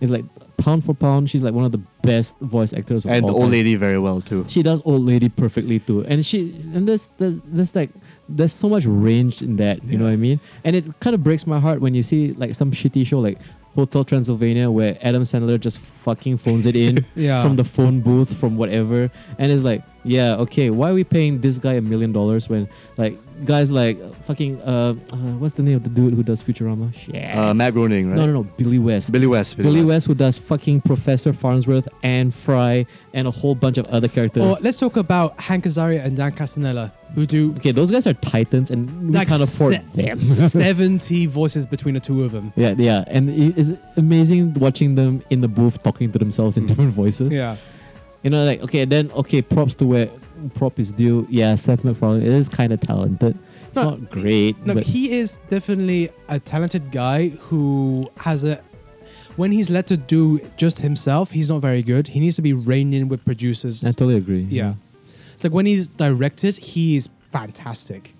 B: It's like pound for pound, she's like one of the best voice actors of
A: And the
B: all
A: old
B: time.
A: lady very well too.
B: She does old lady perfectly too, and she and there's there's, there's like there's so much range in that, you know what I mean? And it kind of breaks my heart when you see like some shitty show like Hotel Transylvania where Adam Sandler just fucking phones it in
C: yeah,
B: from the phone booth from whatever, and it's like yeah okay why are we paying this guy a million dollars when like guys like fucking uh, uh what's the name of the dude who does Futurama? Shit.
A: Uh, Matt Groening, right?
B: No no no Billy West.
A: Billy West.
B: Billy West, who does fucking Professor Farnsworth and Fry and a whole bunch of other characters.
C: or let's talk about Hank Azaria and Dan Castanella
B: (laughs)
C: who do
B: Okay, those guys are titans, and we
C: Like
B: can't afford
C: se-
B: them.
C: seventy voices between the two of them.
B: (laughs) yeah, yeah, and it is amazing watching them in the booth talking to themselves in different voices.
C: Yeah.
B: You know, like okay, then okay, props to where prop is due. Yeah, Seth MacFarlane is kind of talented. It's
C: No,
B: not great,
C: Look,
B: but
C: he is definitely a talented guy who has a. When he's let to do just himself, he's not very good. He needs to be reined in with producers.
B: I totally agree.
C: yeah. It's like when he's directed, he is fantastic.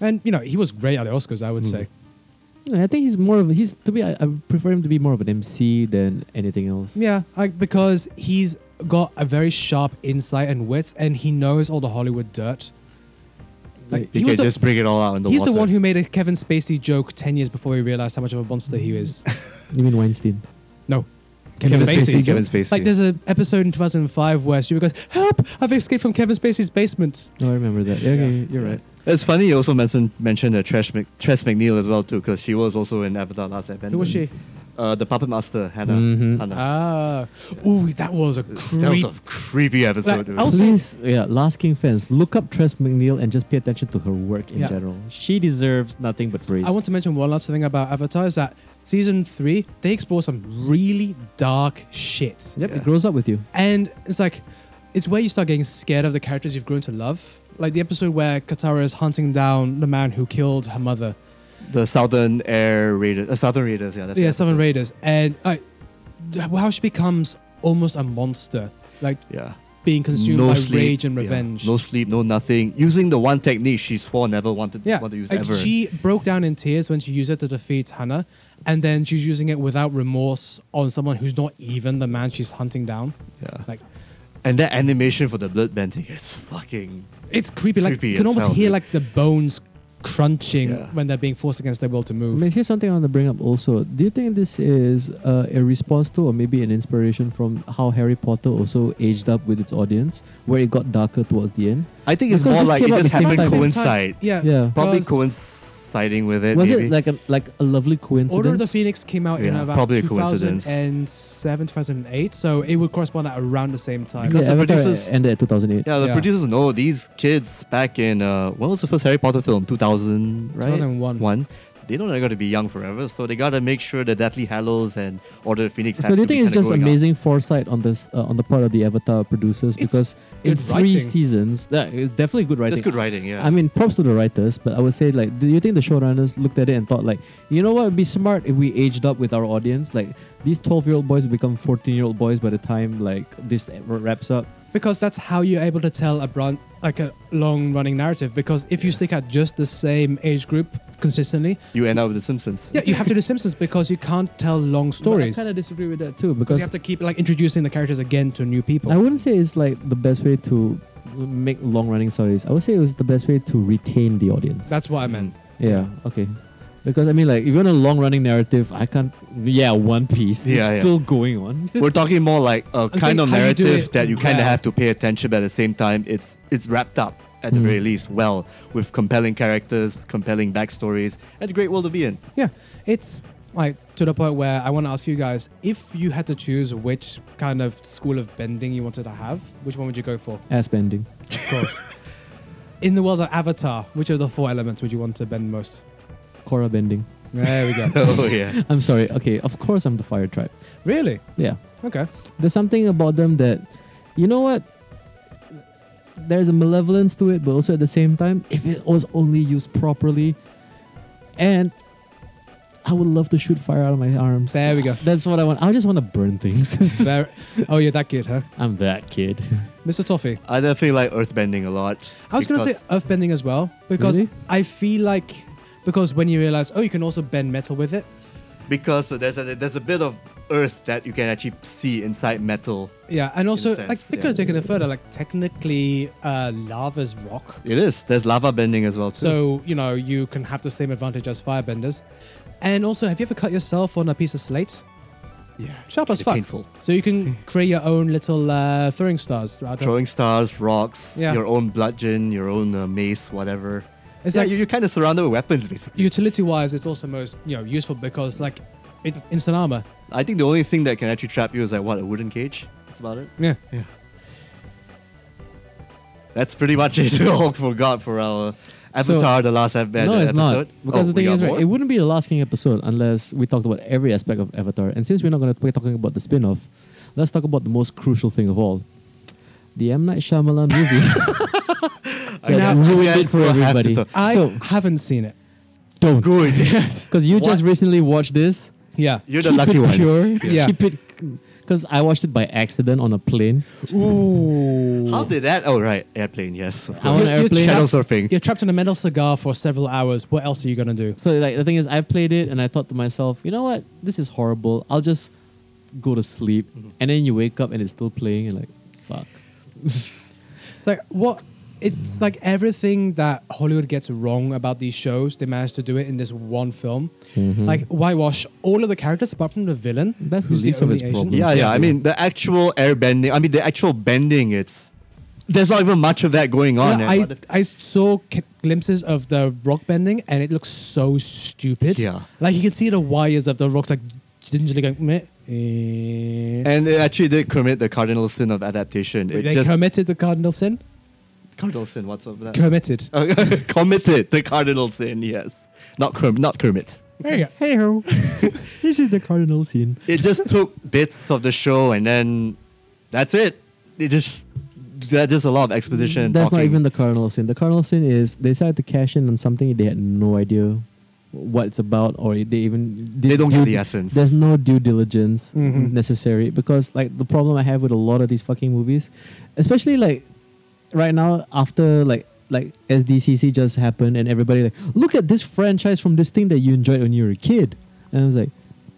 C: And, you know, he was great at the Oscars, I would say.
B: Yeah, I think he's more of he's to be. I, I prefer him to be more of an MC than anything else.
C: Yeah, like because he's got a very sharp insight and wit, and he knows all the Hollywood dirt. Like,
A: You
C: he was
A: can
C: the-
A: just bring it all out in the
C: he's
A: water.
C: the one who made a Kevin Spacey joke 10 years before he realized how much of a monster
A: (laughs)
C: he is.
B: You mean Weinstein?
C: No.
A: Kevin Spacey.
C: joke.
A: Kevin Spacey.
C: Like there's an episode in 2005 where Stuart goes, "Help! I've escaped from Kevin Spacey's basement."
B: No, I remember that. Yeah, okay,
C: Yeah.
B: you're right.
A: It's funny you also mentioned mentioned uh, Tress, Mc, Tress McNeil as well too, because she was also in Avatar: Last Airbender.
C: Who was she?
A: Uh, the Puppet Master, Hannah.
B: Mhm.
A: Hannah.
C: Ah, ooh, that was a
A: that was
C: creep.
A: a creepy episode.
C: Like,
A: dude.
C: I was-
B: Please, yeah, Last King fans, look up Tress McNeil and just pay attention to her work in
C: Yeah.
B: general. She deserves nothing but praise.
C: I want to mention one last thing about Avatar is that season three they explore some really dark shit,
B: Yep,
A: Yeah.
B: it grows up with you.
C: and it's like it's where you start getting scared of the characters you've grown to love. Like the episode where Katara is hunting down the man who killed her mother.
A: the Southern Air Raiders. Uh, Southern Raiders, yeah. That's
C: yeah,
A: the
C: Southern
A: episode.
C: Raiders, and uh, how she becomes almost a monster, like
A: Yeah.
C: being consumed
A: no
C: by
A: sleep,
C: rage and
A: yeah.
C: revenge.
A: No sleep, no nothing. Using the one technique she swore never wanted
C: Yeah,
A: want to use
C: like,
A: ever.
C: she broke down in tears when she used it to defeat Hannah, and then she's using it without remorse on someone who's not even the man she's hunting down.
A: yeah.
C: Like
A: and that animation for the blood bending is fucking.
C: it's creepy. Like
A: Creepy
C: you can
A: as
C: almost
A: hell,
C: hear
A: dude.
C: like the bones crunching
A: Yeah.
C: when they're being forced against their will to
B: I
C: move.
B: mean, here's something I want to bring up also. Do you think this is uh, a response to, or maybe an inspiration from how Harry Potter also aged up with its audience, where it got darker towards the end?
A: I think it's
B: Because
A: more
B: this
A: like it
B: came out
A: just
B: at the same
A: happened
B: time.
A: coincide.
C: Yeah.
B: Yeah.
A: Probably
C: because
A: coinciding with it.
B: Was
A: maybe.
B: it like a like a lovely coincidence?
C: Order of the Phoenix came out in
A: Yeah,
C: about
A: probably a coincidence.
C: 2007, 2008, so it would correspond at around the same time.
A: Because
B: yeah,
A: the
B: Avatar
A: producers-
B: ended at 2008.
A: Yeah, the
C: Yeah.
A: producers know these kids back in uh, when was the first Harry Potter film? Two thousand, right?
C: 2001.
A: One. They know they're going to be young forever, so they got to make sure that Deathly Hallows and Order of the Phoenix.
B: So
A: have
B: do you
A: to be
B: think it's
A: kinda
B: just
A: growing up.
B: amazing foresight on this uh, on the part of the Avatar producers
C: It's
B: because in
C: good
B: three
C: writing.
B: seasons, that is definitely good writing.
A: That's good writing, yeah.
B: I mean, props to the writers, but I would say, like, do you think the showrunners looked at it and thought, like, you know what would be smart if we aged up with our audience? Like, these 12 year old boys become 14 year old boys by the time, like, this wraps up.
C: because that's how you're able to tell a brand like a long running narrative because if you stick at just the same age group consistently
A: you end up with The Simpsons.
C: yeah you have to do simpsons because you can't tell long stories
B: I kind
C: because
B: of disagree with that, too,
C: you
B: because
C: have to keep like introducing the characters again to new people
B: I wouldn't say it's, like, the best way to make long running stories, I would say it was the best way to retain the audience.
C: That's what I meant.
B: yeah, okay. Because I mean, like, if you want a long running narrative, I can't. Yeah, One Piece.
A: Yeah,
B: it's
A: yeah.
B: still going on.
A: (laughs)
B: (laughs)
A: We're talking more like a
C: saying
A: kind of
C: how you do
A: narrative
C: it.
A: that you kind of
C: Yeah.
A: have to pay attention, but at the same time, it's it's wrapped up at the
B: Mm.
A: very least well with compelling characters, compelling backstories, and a great world to be in. (laughs)
C: Yeah, it's like to the point where I want to ask you guys if you had to choose which kind of school of bending you wanted to have, which one would you go for?
B: Ass bending.
C: Of
A: (laughs)
C: course. In the world of Avatar, which of the four elements would you want to bend most?
B: Korra bending.
C: There we
A: (laughs)
C: go.
A: Oh yeah.
B: I'm sorry. Okay, of course I'm the fire tribe.
C: really?
B: Yeah.
C: Okay.
B: There's something about them that, you know what? There's a malevolence to it, but also at the same time, if it was only used properly, and I would love to shoot fire out of my arms.
C: There
A: (laughs)
C: we go.
B: That's what I want. I just want to burn things. (laughs)
C: Very- oh yeah, that kid, huh?
B: I'm that (laughs) kid.
C: Mr. Toffee.
A: I definitely like earthbending a lot.
C: I was going to
A: because-
C: say earthbending as well because
B: Really?
C: I feel like because when you realize oh you can also bend metal with it.
A: because there's a there's a bit of earth that you can actually see inside metal.
C: Yeah, and also
A: sense,
C: like they
A: yeah.
C: could have taken it further. Like technically, uh, lava's rock,
A: It is. There's lava bending as well too.
C: so you know you can have the same advantage as firebenders. And also, have you ever cut yourself on a piece of slate?
A: yeah,
C: Sharp as
A: it's
C: fuck.
A: Painful.
C: So you can create your own little uh, throwing stars. out of-
A: Hmm. Throwing stars, rocks,
C: Yeah.
A: your own bludgeon, your own uh, mace, whatever.
C: It's
A: yeah,
C: like
A: you, you're kind of surrounded with weapons, basically.
C: utility wise, it's also most you know useful because like it, instant armor.
A: I think the only thing that can actually trap you is like what a wooden cage. That's about it.
C: Yeah.
A: That's pretty much it. (laughs) We all forgot for our Avatar: The Last Airbender
B: no, it's
A: episode.
B: not. Because
A: Oh,
B: the
A: we
B: thing
A: got
B: is, right,
A: more?
B: it wouldn't be the last King episode unless we talked about every aspect of Avatar. And since we're not going to be talking about the spin off, let's talk about the most crucial thing of all the M. Night Shyamalan movie.
A: I
B: Yeah,
A: guess
B: we
A: we
B: ruined
A: guys
B: it for
A: will have to
B: everybody.
A: talk-
C: I
B: So-
C: haven't seen it.
B: (laughs) Don't. (laughs)
A: Good.
B: Because you just
A: What?
B: recently watched this.
C: Yeah.
A: You're the
B: Keep
A: lucky
B: it
A: one.
B: Pure.
C: Yeah.
B: (laughs) Keep it. Because I watched it by accident on a plane.
C: Ooh.
A: How did that? Oh right, airplane. Yes. of
B: I want
A: course.
B: an airplane.
A: Shadow
C: trapped-
A: surfing.
C: You're trapped in a metal cigar for several hours. What else are you gonna do?
B: So like the thing is, I played it and I thought to myself, you know what, this is horrible. I'll just go to sleep,
A: Mm-hmm.
B: and then you wake up and it's still playing, and like, fuck.
C: It's like what? It's like everything that Hollywood gets wrong about these shows, they managed to do it in this one film.
A: Mm-hmm.
C: Like whitewash all of the characters apart from the villain.
B: That's the
C: who's
B: least of
C: only
B: his
C: Asian.
B: problems.
A: Yeah, yeah. I mean, the actual airbending. I mean, the actual bending. It's there's not even much of that going on.
C: Yeah,
A: eh?
C: I, I saw k- glimpses of the rock bending and it looks so stupid.
A: Yeah.
C: Like you can see the wires of the rocks like gingerly going. Meh, eh.
A: and it actually did commit the cardinal sin of adaptation. It
C: they
A: just
C: committed the cardinal sin.
A: cardinal sin. What's up with that?
C: Committed.
A: (laughs) committed the cardinal sin. Yes, not Kerm, not Kermit.
C: There you go.
B: Hey ho, (laughs) this is the cardinal scene.
A: It
C: (laughs)
A: just took bits of the show and then that's it. It just there's just a lot of exposition. and
B: That's not
A: talking.
B: even the cardinal scene. The cardinal scene is they decided to cash in on something they had no idea what it's about, or they even
A: They don't
B: do-
A: get the essence.
B: There's no due diligence
C: Mhm.
B: necessary because, like, the problem I have with a lot of these fucking movies, especially like right now after like like SDCC just happened and everybody like look at this franchise from this thing that you enjoyed when you were a kid, and I was like,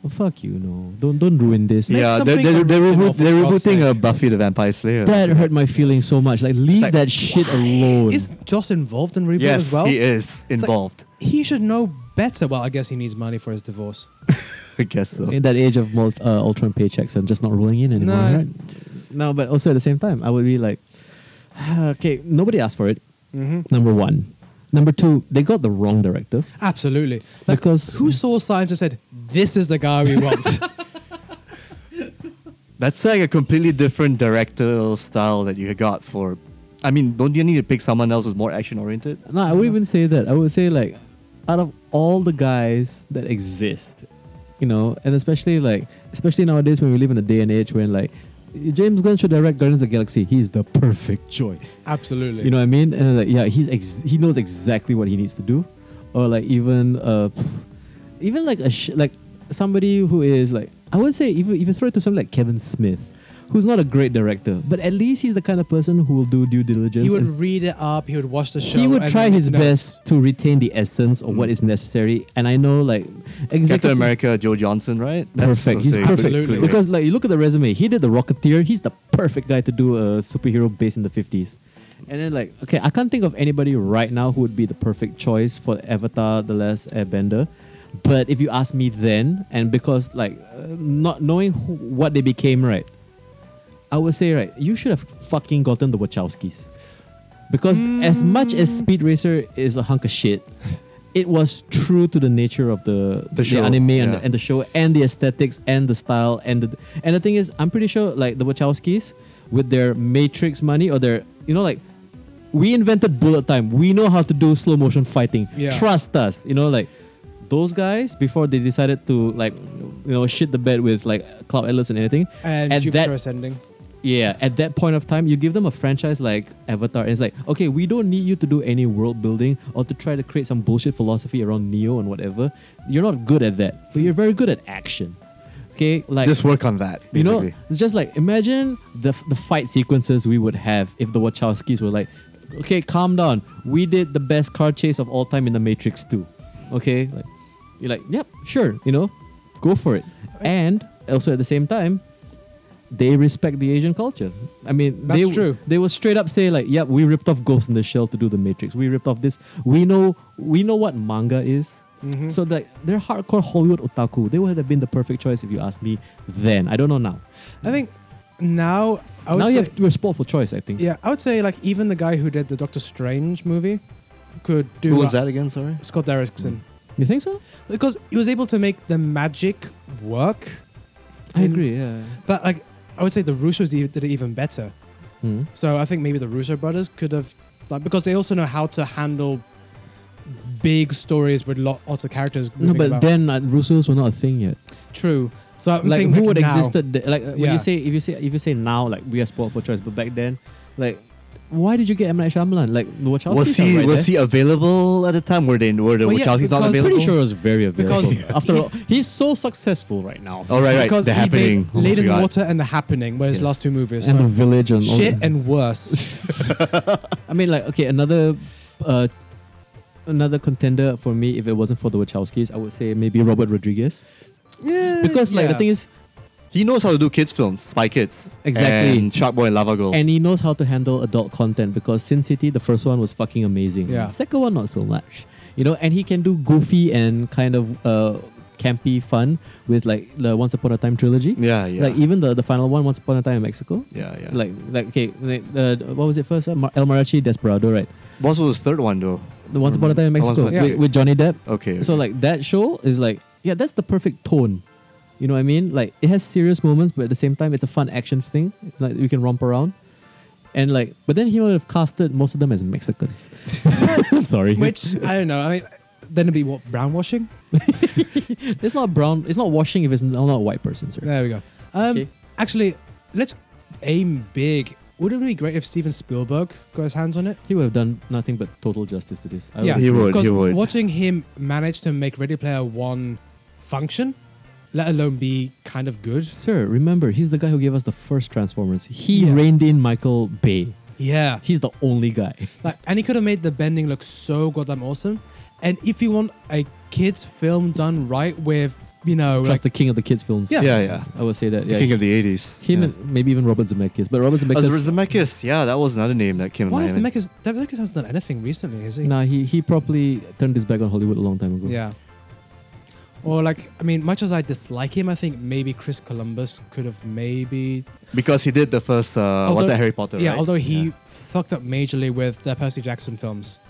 B: oh, fuck you, no, don't don't ruin this.
A: yeah,
C: Make
A: they're,
C: something
A: they're, they're,
C: original
A: reboot,
C: for
A: they're
C: God's
A: rebooting a
C: sake.
A: Buffy the Vampire Slayer.
B: That hurt my feelings so much. Like, leave
A: like,
B: that shit alone.
C: Is Joss involved in reboot
A: yes,
C: as well?
A: he is
C: like-
A: involved.
C: He should know better. Well, I guess he needs money for his divorce.
A: I guess so.
B: in that age of mul- uh, Ultron paychecks and just not rolling in anymore.
C: No.
B: Right? No, but also at the same time, I would be like, (sighs) okay, nobody asked for it.
C: Mm-hmm.
B: Number one. Number two, they got the wrong director.
C: Absolutely. Like,
B: Because-
C: who saw signs and said, "This is the guy we
B: (laughs)
C: want"?
A: That's like a completely different directorial style that you got for. I mean, don't you need to pick someone else who's more action oriented?
B: No, I wouldn't even say that. I would say like, out of all the guys that exist, you know, and especially like, especially nowadays when we live in a day and age when like, James Gunn should direct Guardians of the Galaxy. He's the perfect choice.
C: Absolutely.
B: You know what I mean? And like, yeah, he's ex- he knows exactly what he needs to do, or like even uh, pff, even like a sh- like somebody who is like I would say even if you throw it to somebody like Kevin Smith, who's not a great director, but at least he's the kind of person who will do due diligence.
C: he would
B: and
C: read it up. He would watch the show. Mm.
B: he would
C: and
B: try
C: then
B: his
C: make notes.
B: best to retain the essence of what is necessary. And I know like
A: Captain
B: exactly.
A: America, Joe Johnson, right?
B: Perfect.
A: so
B: He's
A: say-
B: perfect
C: Absolutely.
A: Because
B: Because like you look at the resume, he did the Rocketeer. He's the perfect guy to do a superhero based in the fifties, And then like okay, I can't think of anybody right now who would be the perfect choice for Avatar: The Last Airbender. But if you ask me then, and because like uh, not knowing who, what they became, right, I would say right, you should have fucking gotten the Wachowskis, because as much as
C: Mm.
B: Speed Racer is a hunk of shit, (laughs) it was true to the nature of the
A: The show,
B: anime and,
A: yeah.
B: the, and the show and the aesthetics and the style and the and the thing is, I'm pretty sure like the Wachowskis with their Matrix money or their you know like we invented bullet time. We know how to do slow motion fighting.
C: Yeah.
B: Trust us. You know, like those guys before they decided to like you know shit the bed with like Cloud Atlas and anything.
C: and,
B: At
C: Jupiter
B: that-
C: Ascending.
B: Yeah, at that point of time, you give them a franchise like Avatar, and it's like, okay, we don't need you to do any world building or to try to create some bullshit philosophy around Neo and whatever. You're not good at that, but you're very good at action. Okay, like
A: Just work on that.
B: you know,
A: basically.
B: it's just like imagine the the fight sequences we would have if the Wachowskis were like, okay, calm down. We did the best car chase of all time in the Matrix 2. Okay, like you're like, yep, sure, you know, go for it. And also at the same time, they respect the Asian culture. I mean,
C: That's
B: they,
C: true.
B: They will straight up say like, yep, we ripped off Ghost in the Shell to do the Matrix. We ripped off this. We know we know what manga is.
C: Mhm.
B: So like they're hardcore Hollywood otaku. They would have been the perfect choice if you asked me then. I don't know now.
C: I think now I would
B: Now
C: say,
B: you have you're spoiled for choice, I think.
C: yeah, I would say like even the guy who did the Doctor Strange movie could do
A: Who was
C: uh,
A: that again? Sorry.
C: Scott Derrickson
B: You think so?
C: because he was able to make the magic work.
B: I
C: Mm.
B: agree, yeah.
C: But like I would say the Russos e- did it even better.
B: Mm.
C: So I think maybe the Russo brothers could have like because they also know how to handle big stories with lot lots of characters.
B: No,
C: moving
B: but
C: about.
B: then uh, Russo's were not a thing yet.
C: true. So I'm
B: like
C: saying
B: who
C: like
B: would
C: now.
B: existed th- like uh, when
C: Yeah.
B: you say if you say if you say now like we are spoiled for choice, but back then, like why did you get M Night Shyamalan? Like the Wachowskis
A: Was
B: are
A: he
B: right
A: was
B: there.
A: he available at the time? Were they were the
C: Well, yeah,
A: Wachowskis not
C: because-
B: I'm
A: available?
B: pretty sure it was very available.
C: Because-
B: (laughs) after all, he's so successful right now.
A: Oh right, right.
C: because
A: the
C: he made
A: happening. Almost
C: Lady
A: forgot.
C: Water and The Happening were his
B: Yes.
C: last two movies.
B: And
C: so-
B: the village and all
C: shit
B: that.
C: and
A: (laughs)
C: worse.
B: I mean, like, okay, another uh, another contender for me, if it wasn't for the Wachowskis, I would say maybe Robert Rodriguez. Because, like, the thing is,
A: He knows how to do kids films, Spy Kids,
B: Exactly.
A: and Shark Boy and Lava Girl.
B: and he knows how to handle adult content because Sin City, the first one was fucking amazing.
C: Yeah.
B: Second one, not so much. You know, and he can do goofy and kind of uh, campy fun with, like, the Once Upon a Time trilogy.
A: yeah, yeah,
B: Like, even the, the final one, Once Upon a Time in Mexico.
A: yeah, yeah.
B: Like, like, okay, like, uh, what was it first? Uh, Mar- El Mariachi Desperado, right?
A: what was his third one though?
B: The Once Upon a Time in
A: Oh, Once
B: Mexico
A: Upon a Time.
B: with, with Johnny Depp.
A: Okay.
B: So
A: okay.
B: like that show is like yeah, that's the perfect tone. You know what I mean? Like it has serious moments, but at the same time, it's a fun action thing. Like you can romp around, and like, but then he would have casted most of them as
A: (laughs)
B: Mexicans. I'm sorry,
C: which I don't know. I mean, then it'd be what brownwashing.
B: (laughs) it's not brown. It's not washing if it's not not a white person, sir.
C: There we go. Um,
B: Okay.
C: actually, let's aim big. Wouldn't it be great if Steven Spielberg got his hands on it?
B: He would have done nothing but total justice to this. I would
C: yeah,
A: he
B: agree.
A: would,
C: Because
A: he would.
C: watching him manage to make Ready Player One function, let alone be kind of good.
B: Sir, remember he's the guy who gave us the first Transformers. He
C: Yeah.
B: reined in Michael Bay.
C: Yeah,
B: He's the only guy.
C: like, and he could have made the bending look so goddamn awesome. And if you want a kids film done right, with you know,
B: Just
C: like
B: the king of the kids films.
C: Yeah.
A: yeah, yeah.
B: I would say that.
A: The
B: Yeah,
A: King of the eighties.
B: him
A: yeah.
B: and maybe even Robert Zemeckis, but Robert
A: Oh,
B: Zemeckis.
A: Zemeckis. Yeah, that was another name that came. to
C: Why
A: my
C: is
A: head.
C: Zemeckis? Zemeckis hasn't done anything recently, has he?
B: Nah, he, he probably turned his back on Hollywood a long time ago.
C: Yeah. Or like, I mean, much as I dislike him, I think maybe Chris Columbus could have maybe.
A: Because he did the first. Uh,
C: Although-
A: what's that? Harry Potter.
C: yeah,
A: right?
C: although he
A: Yeah.
C: fucked up majorly with the Percy Jackson films.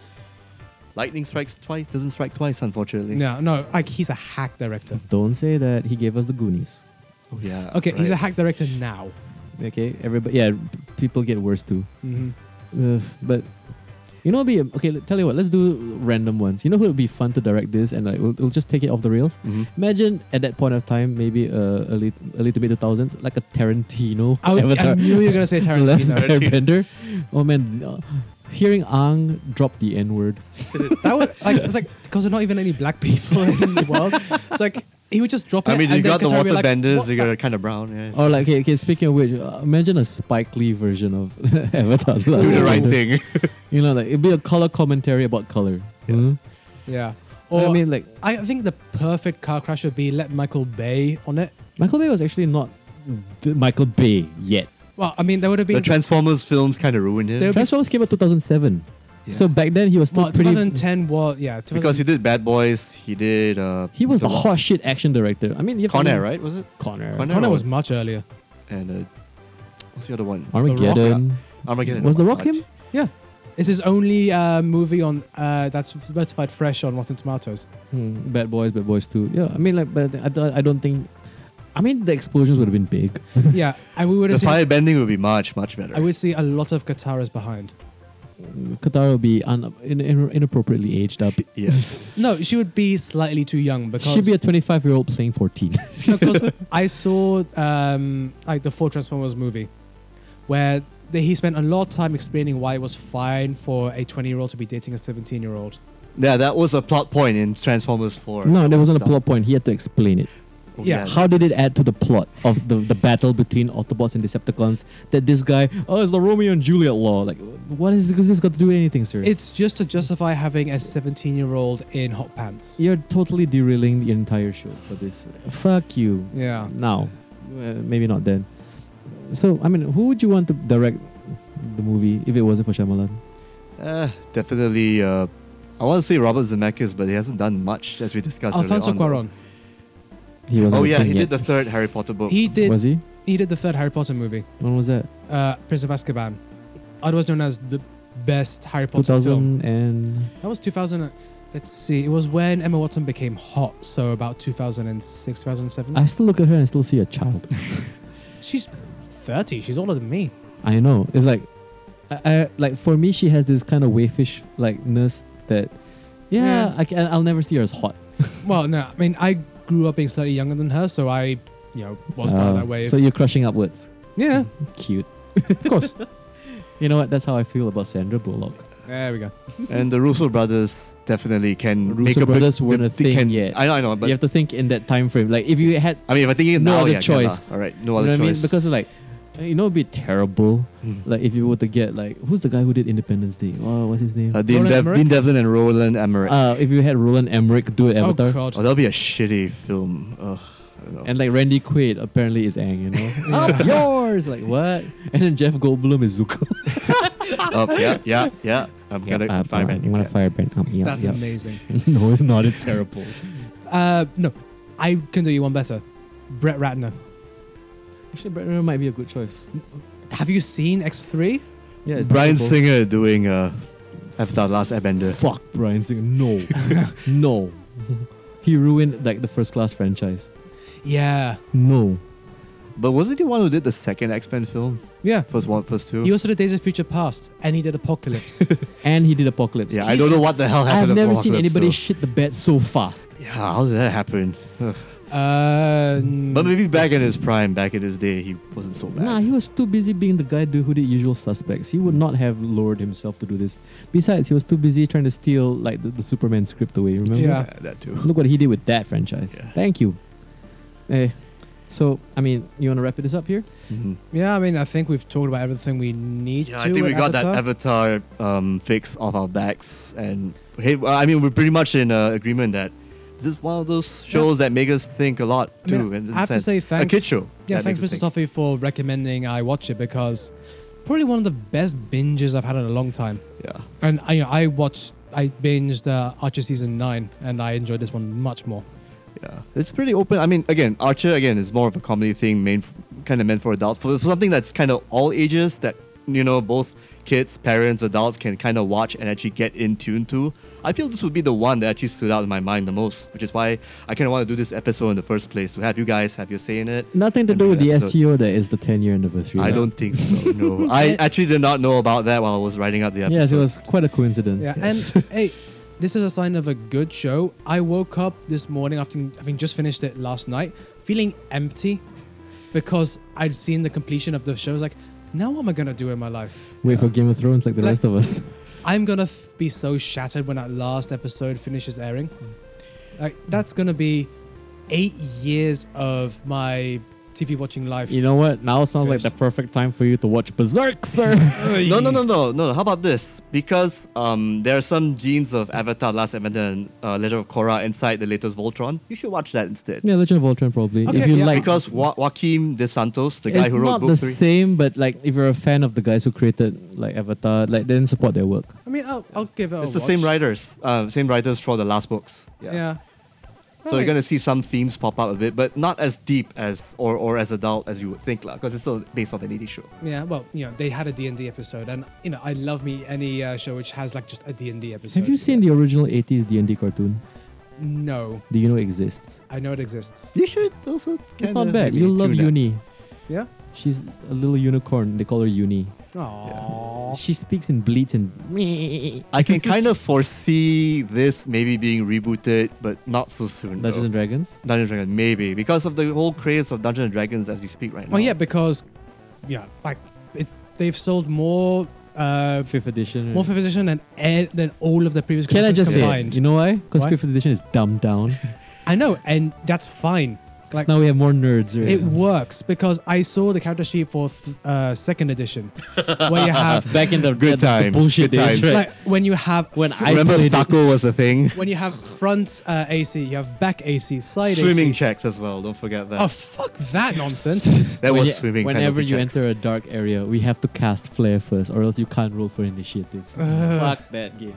A: lightning strikes twice doesn't strike twice, unfortunately.
C: No, no, like he's a hack director.
B: Don't say that. He gave us the Goonies.
A: Oh, yeah.
C: Okay, he's a
A: right.
C: hack director now.
B: Okay, everybody. Yeah, p- people get worse too.
C: hmm
B: Ugh, but you know, be okay. let- Tell you what, let's do random ones. You know who would be fun to direct this, and like we'll, we'll just take it off the rails.
A: Mhm.
B: Imagine at that point of time, maybe uh, early early to mid two thousands, like a Tarantino
C: I, would- I
B: Avatar.
C: knew you
A: (laughs)
C: were gonna
B: (laughs)
C: say
B: The Last
C: Tarantino.
B: Airbender. Oh man, uh, hearing Ang drop the N word.
C: (laughs) that would like it's like because there's not even any black people (laughs) in the world. It's like he would just drop it.
A: I mean,
C: and
A: you
C: then
A: got the
C: Katara would be
A: water
C: like,
A: benders.
C: "What Oh,
A: You got kind of brown. Yeah.
B: Or Oh, like, okay, okay. Speaking of which, uh, imagine a Spike Lee version of (laughs) Avatar: The Last
A: Do the right
B: Airbender.
C: (laughs)
A: thing.
B: You know, like it'd be a color commentary about color. Mhm.
C: the-" Yeah.
B: I
C: Or
B: mean, like
C: I think the perfect car crash would be let Michael Bay on it.
B: Michael Bay was actually not the Michael Bay yet.
C: Well, I mean, there would have
A: The
C: been
A: Transformers films kind of ruined
C: They'll
A: him
C: be-
B: Transformers came out 2007.
A: Yeah.
B: So back then he was still
C: well,
B: pretty
C: 2010 was yeah
A: because he did Bad Boys. He did. Uh,
B: He was the
A: the
B: hot shit action director. I mean, you have to
A: Con Air,
B: remember-
A: right? Was it?
B: Con Air.
A: Con Air.
C: Connor was much earlier.
A: And uh, what's the other one?
B: Armageddon.
A: Armageddon.
B: was The
A: Oh,
B: Rock
A: God.
B: him?
C: Yeah, it's his only uh, movie on uh, that's certified fresh on Rotten
A: (laughs)
C: Tomatoes.
B: Hmm, Bad Boys, Bad Boys 2. Yeah, I mean, like, but I, don't- I don't think. I mean, the explosions would have been big.
C: yeah, and we would
A: The
C: have seen,
A: fire bending would be much much better.
C: I would see a lot of Katara's behind.
B: Katara would be un, in, in- inappropriately aged up.
A: yes.
C: No, she would be slightly too young because
B: She'd be a 25 year old playing
C: (laughs)
B: 14.
C: No, 'cause I saw um, like the four Transformers movie, where they, he spent a lot of time explaining why it was fine for a twenty-year-old to be dating a seventeen-year-old.
A: Yeah, that was a plot point in Transformers Four.
B: (laughs) no, there wasn't a plot point. He had to explain it.
A: Oh,
C: yeah,
B: How did it add to the plot of the, the battle between Autobots and Decepticons that this guy, oh, it's the Romeo and Juliet law? Like, what is this, this got to do with anything, sir?
C: It's just to justify having a seventeen-year-old in hot pants.
B: You're totally derailing the entire show for this. Fuck you.
C: Yeah,
B: Now, uh, maybe not then. So, I mean, who would you want to direct the movie if it wasn't for Shyamalan?
A: Uh, definitely. Uh, I want to say Robert Zemeckis, but he hasn't done much as we discussed. earlier
C: Alfonso
A: on.
C: Cuarón.
B: He wasn't
A: Oh
B: a
A: yeah,
B: king
A: he
B: yet.
A: did the third Harry Potter book.
C: He did.
B: Was he?
C: He did the third Harry Potter movie,
B: When was that?
C: uh, Prince of Azkaban, otherwise known as the best Harry Potter film.
B: 2000 and
C: That was 2000. Let's see. It was when Emma Watson became hot, so about 2006, 2007.
B: I still look at her and I still see a child.
C: She's 30. She's older than me.
B: I know. It's like, I, I like for me, she has this kind of waifish likeness that, yeah,
C: Yeah.
B: I can, I'll never see her as hot.
C: Well, no. I mean, I grew up being slightly younger than her, so I, you know, was born
B: Uh,
C: that way.
B: So you're crushing upwards.
C: yeah,
B: Cute.
C: of course.
B: You know what? That's how I feel about Sandra Bullock.
C: (laughs) there we go.
A: and the Russo brothers definitely can
B: Russo
A: make a
B: brothers
A: big,
B: weren't a
A: they
B: thing
A: can,
B: yet.
A: I know, I know,
B: you
A: but
B: have to think in that time frame. Like if you had
A: I mean, if I think it
B: no
A: now,
B: other
A: yeah, I can
B: choice.
A: laugh. All right, no
B: You
A: other
B: know what I
A: choice.
B: mean? Because like, you know, it'd be terrible.
A: Hmm.
B: Like if you were to get like, who's the guy who did Independence Day? Oh, what's his name?
A: uh, Dean,
C: Roland
A: Dev-
C: Emmerich?
A: Dean Devlin and Roland Emmerich.
B: Uh, if you had Roland Emmerich do Avatar,
C: Oh God.
A: oh, that'll be a shitty film.
B: (laughs)
A: Ugh, I don't know.
B: and like Randy Quaid apparently is Ang, you
C: (laughs)
B: know,
C: Oh,
B: up (laughs) yours, like what? And then Jeff Goldblum is Zuko.
A: Up, Oh, yeah, yeah, yeah. I'm gonna
B: Up,
A: uh, fire
B: up,
A: it.
B: uh, You want
A: Yeah.
B: to fire Brent? Up, yeah,
C: That's
B: yeah.
C: amazing.
B: (laughs) no, it's not. It's terrible.
C: Uh, no, I can do you one better. Brett Ratner.
B: Actually, Brent Renner might be a good choice.
C: Have you seen X3?
B: Yeah, it's
A: Brian
B: terrible.
A: Singer doing uh, Avatar: Last Airbender.
B: Fuck Brian Singer. No, (laughs) no. He ruined like the first class franchise.
C: Yeah.
B: No.
A: But wasn't he one who did the second X Men film?
C: Yeah.
A: First one, first two.
C: He also did Days of Future Past, and he did Apocalypse.
B: And he did Apocalypse.
A: yeah, I don't know what the hell happened.
B: I've
A: to
B: never
A: Apocalypse,
B: seen anybody
A: So.
B: shit the bed so fast.
A: yeah, how did that happen? Ugh.
C: um,
A: But maybe back in his prime, back in his day, he wasn't so bad.
B: Nah, he was too busy being the guy do- who did usual suspects. He would not have lowered himself to do this. Besides, he was too busy trying to steal like the, the Superman script away. Remember?
C: Yeah.
A: that too.
B: (laughs) Look what he did with that franchise.
A: Yeah.
B: Thank you. Eh, so I mean, you want to wrap this up here?
A: Mhm.
C: Yeah, I mean, I think we've talked about everything we need
A: Yeah,
C: to.
A: I think we
C: with
A: got
C: Avatar.
A: that Avatar um, fix off our backs, and hey, well, I mean, we're pretty much in uh, agreement that this is one of those shows that make us think a lot
C: I mean,
A: too. in a
C: I have to
A: sense.
C: say thanks-
A: A kid show.
C: Yeah,
A: that
C: thanks,
A: makes us
C: Mr.
A: think.
C: Toffee, for recommending I watch it because probably one of the best binges I've had in a long time.
A: Yeah.
C: And I, I watched, I binged uh, Archer season nine, and I enjoyed this one much more.
A: Yeah, it's pretty open. I mean, again, Archer again is more of a comedy thing, main kind of meant for adults. For, for something that's kind of all ages, that you know, both kids, parents, adults can kind of watch and actually get in tune to. I feel this would be the one that actually stood out in my mind the most, which is why I kind of want to do this episode in the first place to have you guys have your say in it.
B: Nothing to
A: And
B: do
A: do
B: with
A: an
B: the
A: episode.
B: SEO that is the 10 year anniversary.
A: I
B: right?
A: don't think so. No,
B: (laughs)
A: I actually did not know about that while I was writing out the episode.
B: Yes, it was quite a
A: Mm.
B: coincidence.
C: Yeah,
A: (laughs)
C: and hey, this is a sign of a good show. I woke up this morning after having just finished it last night, feeling empty because I'd seen the completion of the show. I was like, now what am I gonna do in my life?
B: Wait for Game of Thrones, like the
C: Like-
B: rest of (laughs) us.
C: I'm gonna f- be so shattered when that last episode finishes
A: Hmm.
C: airing. Like that's gonna be eight years of my TV watching live.
B: You know what? Now sounds like
C: Fixed.
B: the perfect time for you to watch Berserk, (laughs) sir.
A: No,
C: (laughs)
A: no, no, no, no. How about this? Because um, there are some genes of Avatar: Last Airbender and uh, Legend of Korra inside the latest Voltron. You should watch that instead.
B: yeah, Legend of Voltron probably. if
C: Okay,
B: you
C: yeah.
B: like,
A: Because Wa- Joaquim De Santos, the guy
B: it's
A: who wrote
B: not
A: Book
B: the
A: Three,
B: same, but like if you're a fan of the guys who created like Avatar, like then support their work.
C: I mean, I'll, I'll give it.
A: it's
C: a
A: the same
C: watch.
A: writers, uh, same writers for the last books.
C: Yeah.
A: So you're gonna see some themes pop up a bit, but not as deep as or, or as adult as you would think, because it's still based off an 80s show.
C: Yeah, well, you know, they had a D&D episode and, you know, I love me any uh, show which has like just a D&D episode.
B: Have you seen the original '80s D&D cartoon?
C: No,
B: Do you know it exists?
C: I know it exists.
A: You should also.
B: It's
A: kinda
B: not bad.
A: maybe
B: You love
A: tune up.
B: Uni.
C: Yeah?
B: She's a little unicorn. They call her Uni.
C: Aww.
B: She speaks and
A: (laughs)
B: bleats and.
A: I can kind of foresee this maybe being rebooted, but not so soon.
B: Dungeons
A: though.
B: and Dragons.
A: Dungeons and Dragons, maybe because of the whole craze of Dungeons and Dragons as we speak
B: Oh,
A: right now.
C: Well, yeah, because, yeah, like, it's, they've sold more uh,
B: Fifth edition.
C: more Fifth Edition than, e- than all of the previous
B: Mm. Can I
C: collections
B: just say?
C: combined.
B: it? You know why? Because
C: Why?
B: fifth edition is dumbed down.
C: I know, and that's fine.
B: 'Cause
C: (laughs) Like,
B: now we have more nerds. Right?
C: it works because I saw the character sheet for th- uh,
B: (laughs)
C: second edition, where
A: (laughs)
C: you have
B: back in the
A: Good
B: the- the
A: time,
B: bullshit
A: good
B: days.
A: times.
B: Right?
C: like when you have
B: When
C: fr-
B: I played it-
A: taco was a
B: (laughs)
A: thing.
C: when you have front uh, AC, you have back AC, side
A: Swimming
C: AC.
A: checks as well. Don't forget that.
C: Oh fuck
B: (laughs)
C: that nonsense!
A: that
B: When
A: was
B: you-
A: swimming.
B: Whenever
A: penalty
B: you
A: checks.
B: enter a dark area, we have to cast flare first, or else you can't roll for initiative.
C: Ugh.
B: Fuck that game.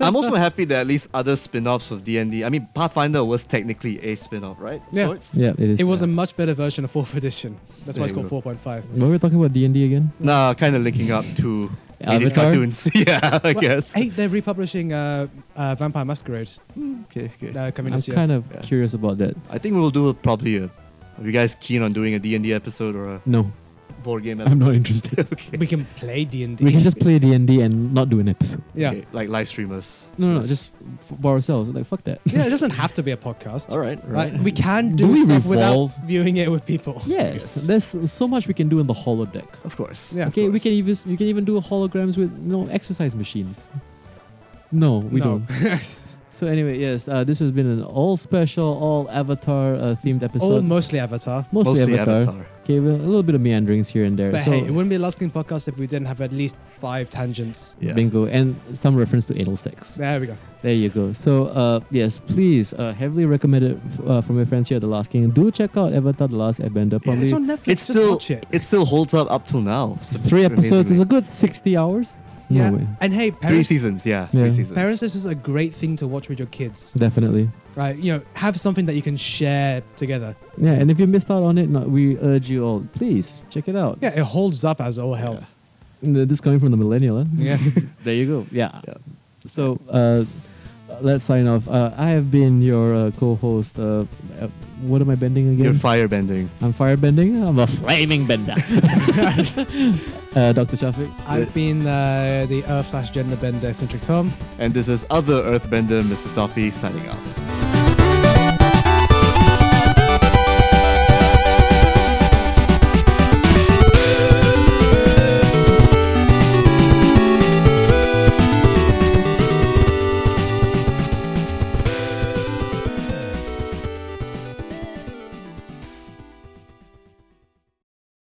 A: I'm
B: (laughs)
A: also happy that at least other spin-offs of D&D. I mean, Pathfinder was technically a spin-off, right? Of
C: Yeah.
A: sorts?
B: Yeah, it is.
C: It was a much better version of fourth edition. That's why it's
A: There you
C: called 4.5.
B: What were we talking about D and D again?
A: Nah, kind of linking up
B: (laughs)
A: to 80s
B: Avatar?
A: cartoons. (laughs) yeah, I
C: Well,
A: guess.
C: Hey, they're republishing uh, uh, Vampire Masquerade
A: Mm, Okay, okay.
C: uh, coming
B: I'm
C: this year.
B: kind of
A: Yeah.
B: curious about that.
A: I think we'll do probably a. Are you guys keen on doing a D&D episode or a
B: No,
A: board game
B: I'm
A: episode? (laughs)
B: not interested.
A: okay.
C: we can play D and D.
B: we can just play D and D and not do an episode.
C: yeah,
A: Okay, Like live streamers.
B: No, no, no
A: Yes.
B: just f- by ourselves. Like fuck that. (laughs)
C: yeah. It doesn't have to be a podcast.
A: All right,
C: Like,
A: right.
C: we can do,
B: Do we
C: stuff
B: revolve?
C: without viewing it with people.
B: Yes, there's so much we can do in the holodeck.
A: Of course.
C: (laughs) Yeah.
B: Okay, we
A: course.
B: can even we can even do holograms with no exercise machines. No, we
C: No.
B: don't.
C: (laughs)
B: So anyway, yes, uh, this has been an all special, all Avatar uh, themed episode.
C: All mostly Avatar.
B: mostly,
A: Mostly
B: Avatar.
A: Avatar.
B: Okay, well, a little bit of meanderings here and there.
C: But
B: so
C: hey, it wouldn't be a Last King podcast if we didn't have at least five tangents.
A: Yeah.
B: bingo, and some reference to anal sex.
C: There we go.
B: There you go. So, uh, yes, please, uh, heavily recommended f- uh, from my friends here at The Last King. Do check out Avatar The Last Airbender. Probably
C: it's on Netflix.
A: It's
C: just
A: still
C: watch it.
A: it still holds up up till now.
B: three episodes. It's
A: Amazingly.
B: a good 60 hours.
C: Yeah.
B: No way.
C: And hey,
A: three
C: parents,
A: seasons. Yeah, three
B: Yeah.
A: seasons.
C: parents, this is a great thing to watch with your kids.
B: Definitely.
C: Right? You know, have something that you can share together.
B: Yeah, and if you missed out on it, no, we urge you all, please check it out.
C: Yeah, it holds up as all hell.
B: Th- This coming from the millennial. Huh?
C: Yeah. (laughs)
B: There you go. Yeah.
A: Yeah.
B: So uh, let's sign off. Uh, I have been your uh, co-host. Uh, uh, what am I bending again?
A: You're firebending.
B: I'm firebending. I'm a flaming
C: (laughs)
B: bender. (laughs) uh, Dr. Shafiq.
C: I've been uh, the Earth slash gender bender centric Tom.
A: And this is other Earthbender, Mr. Toffee, signing out.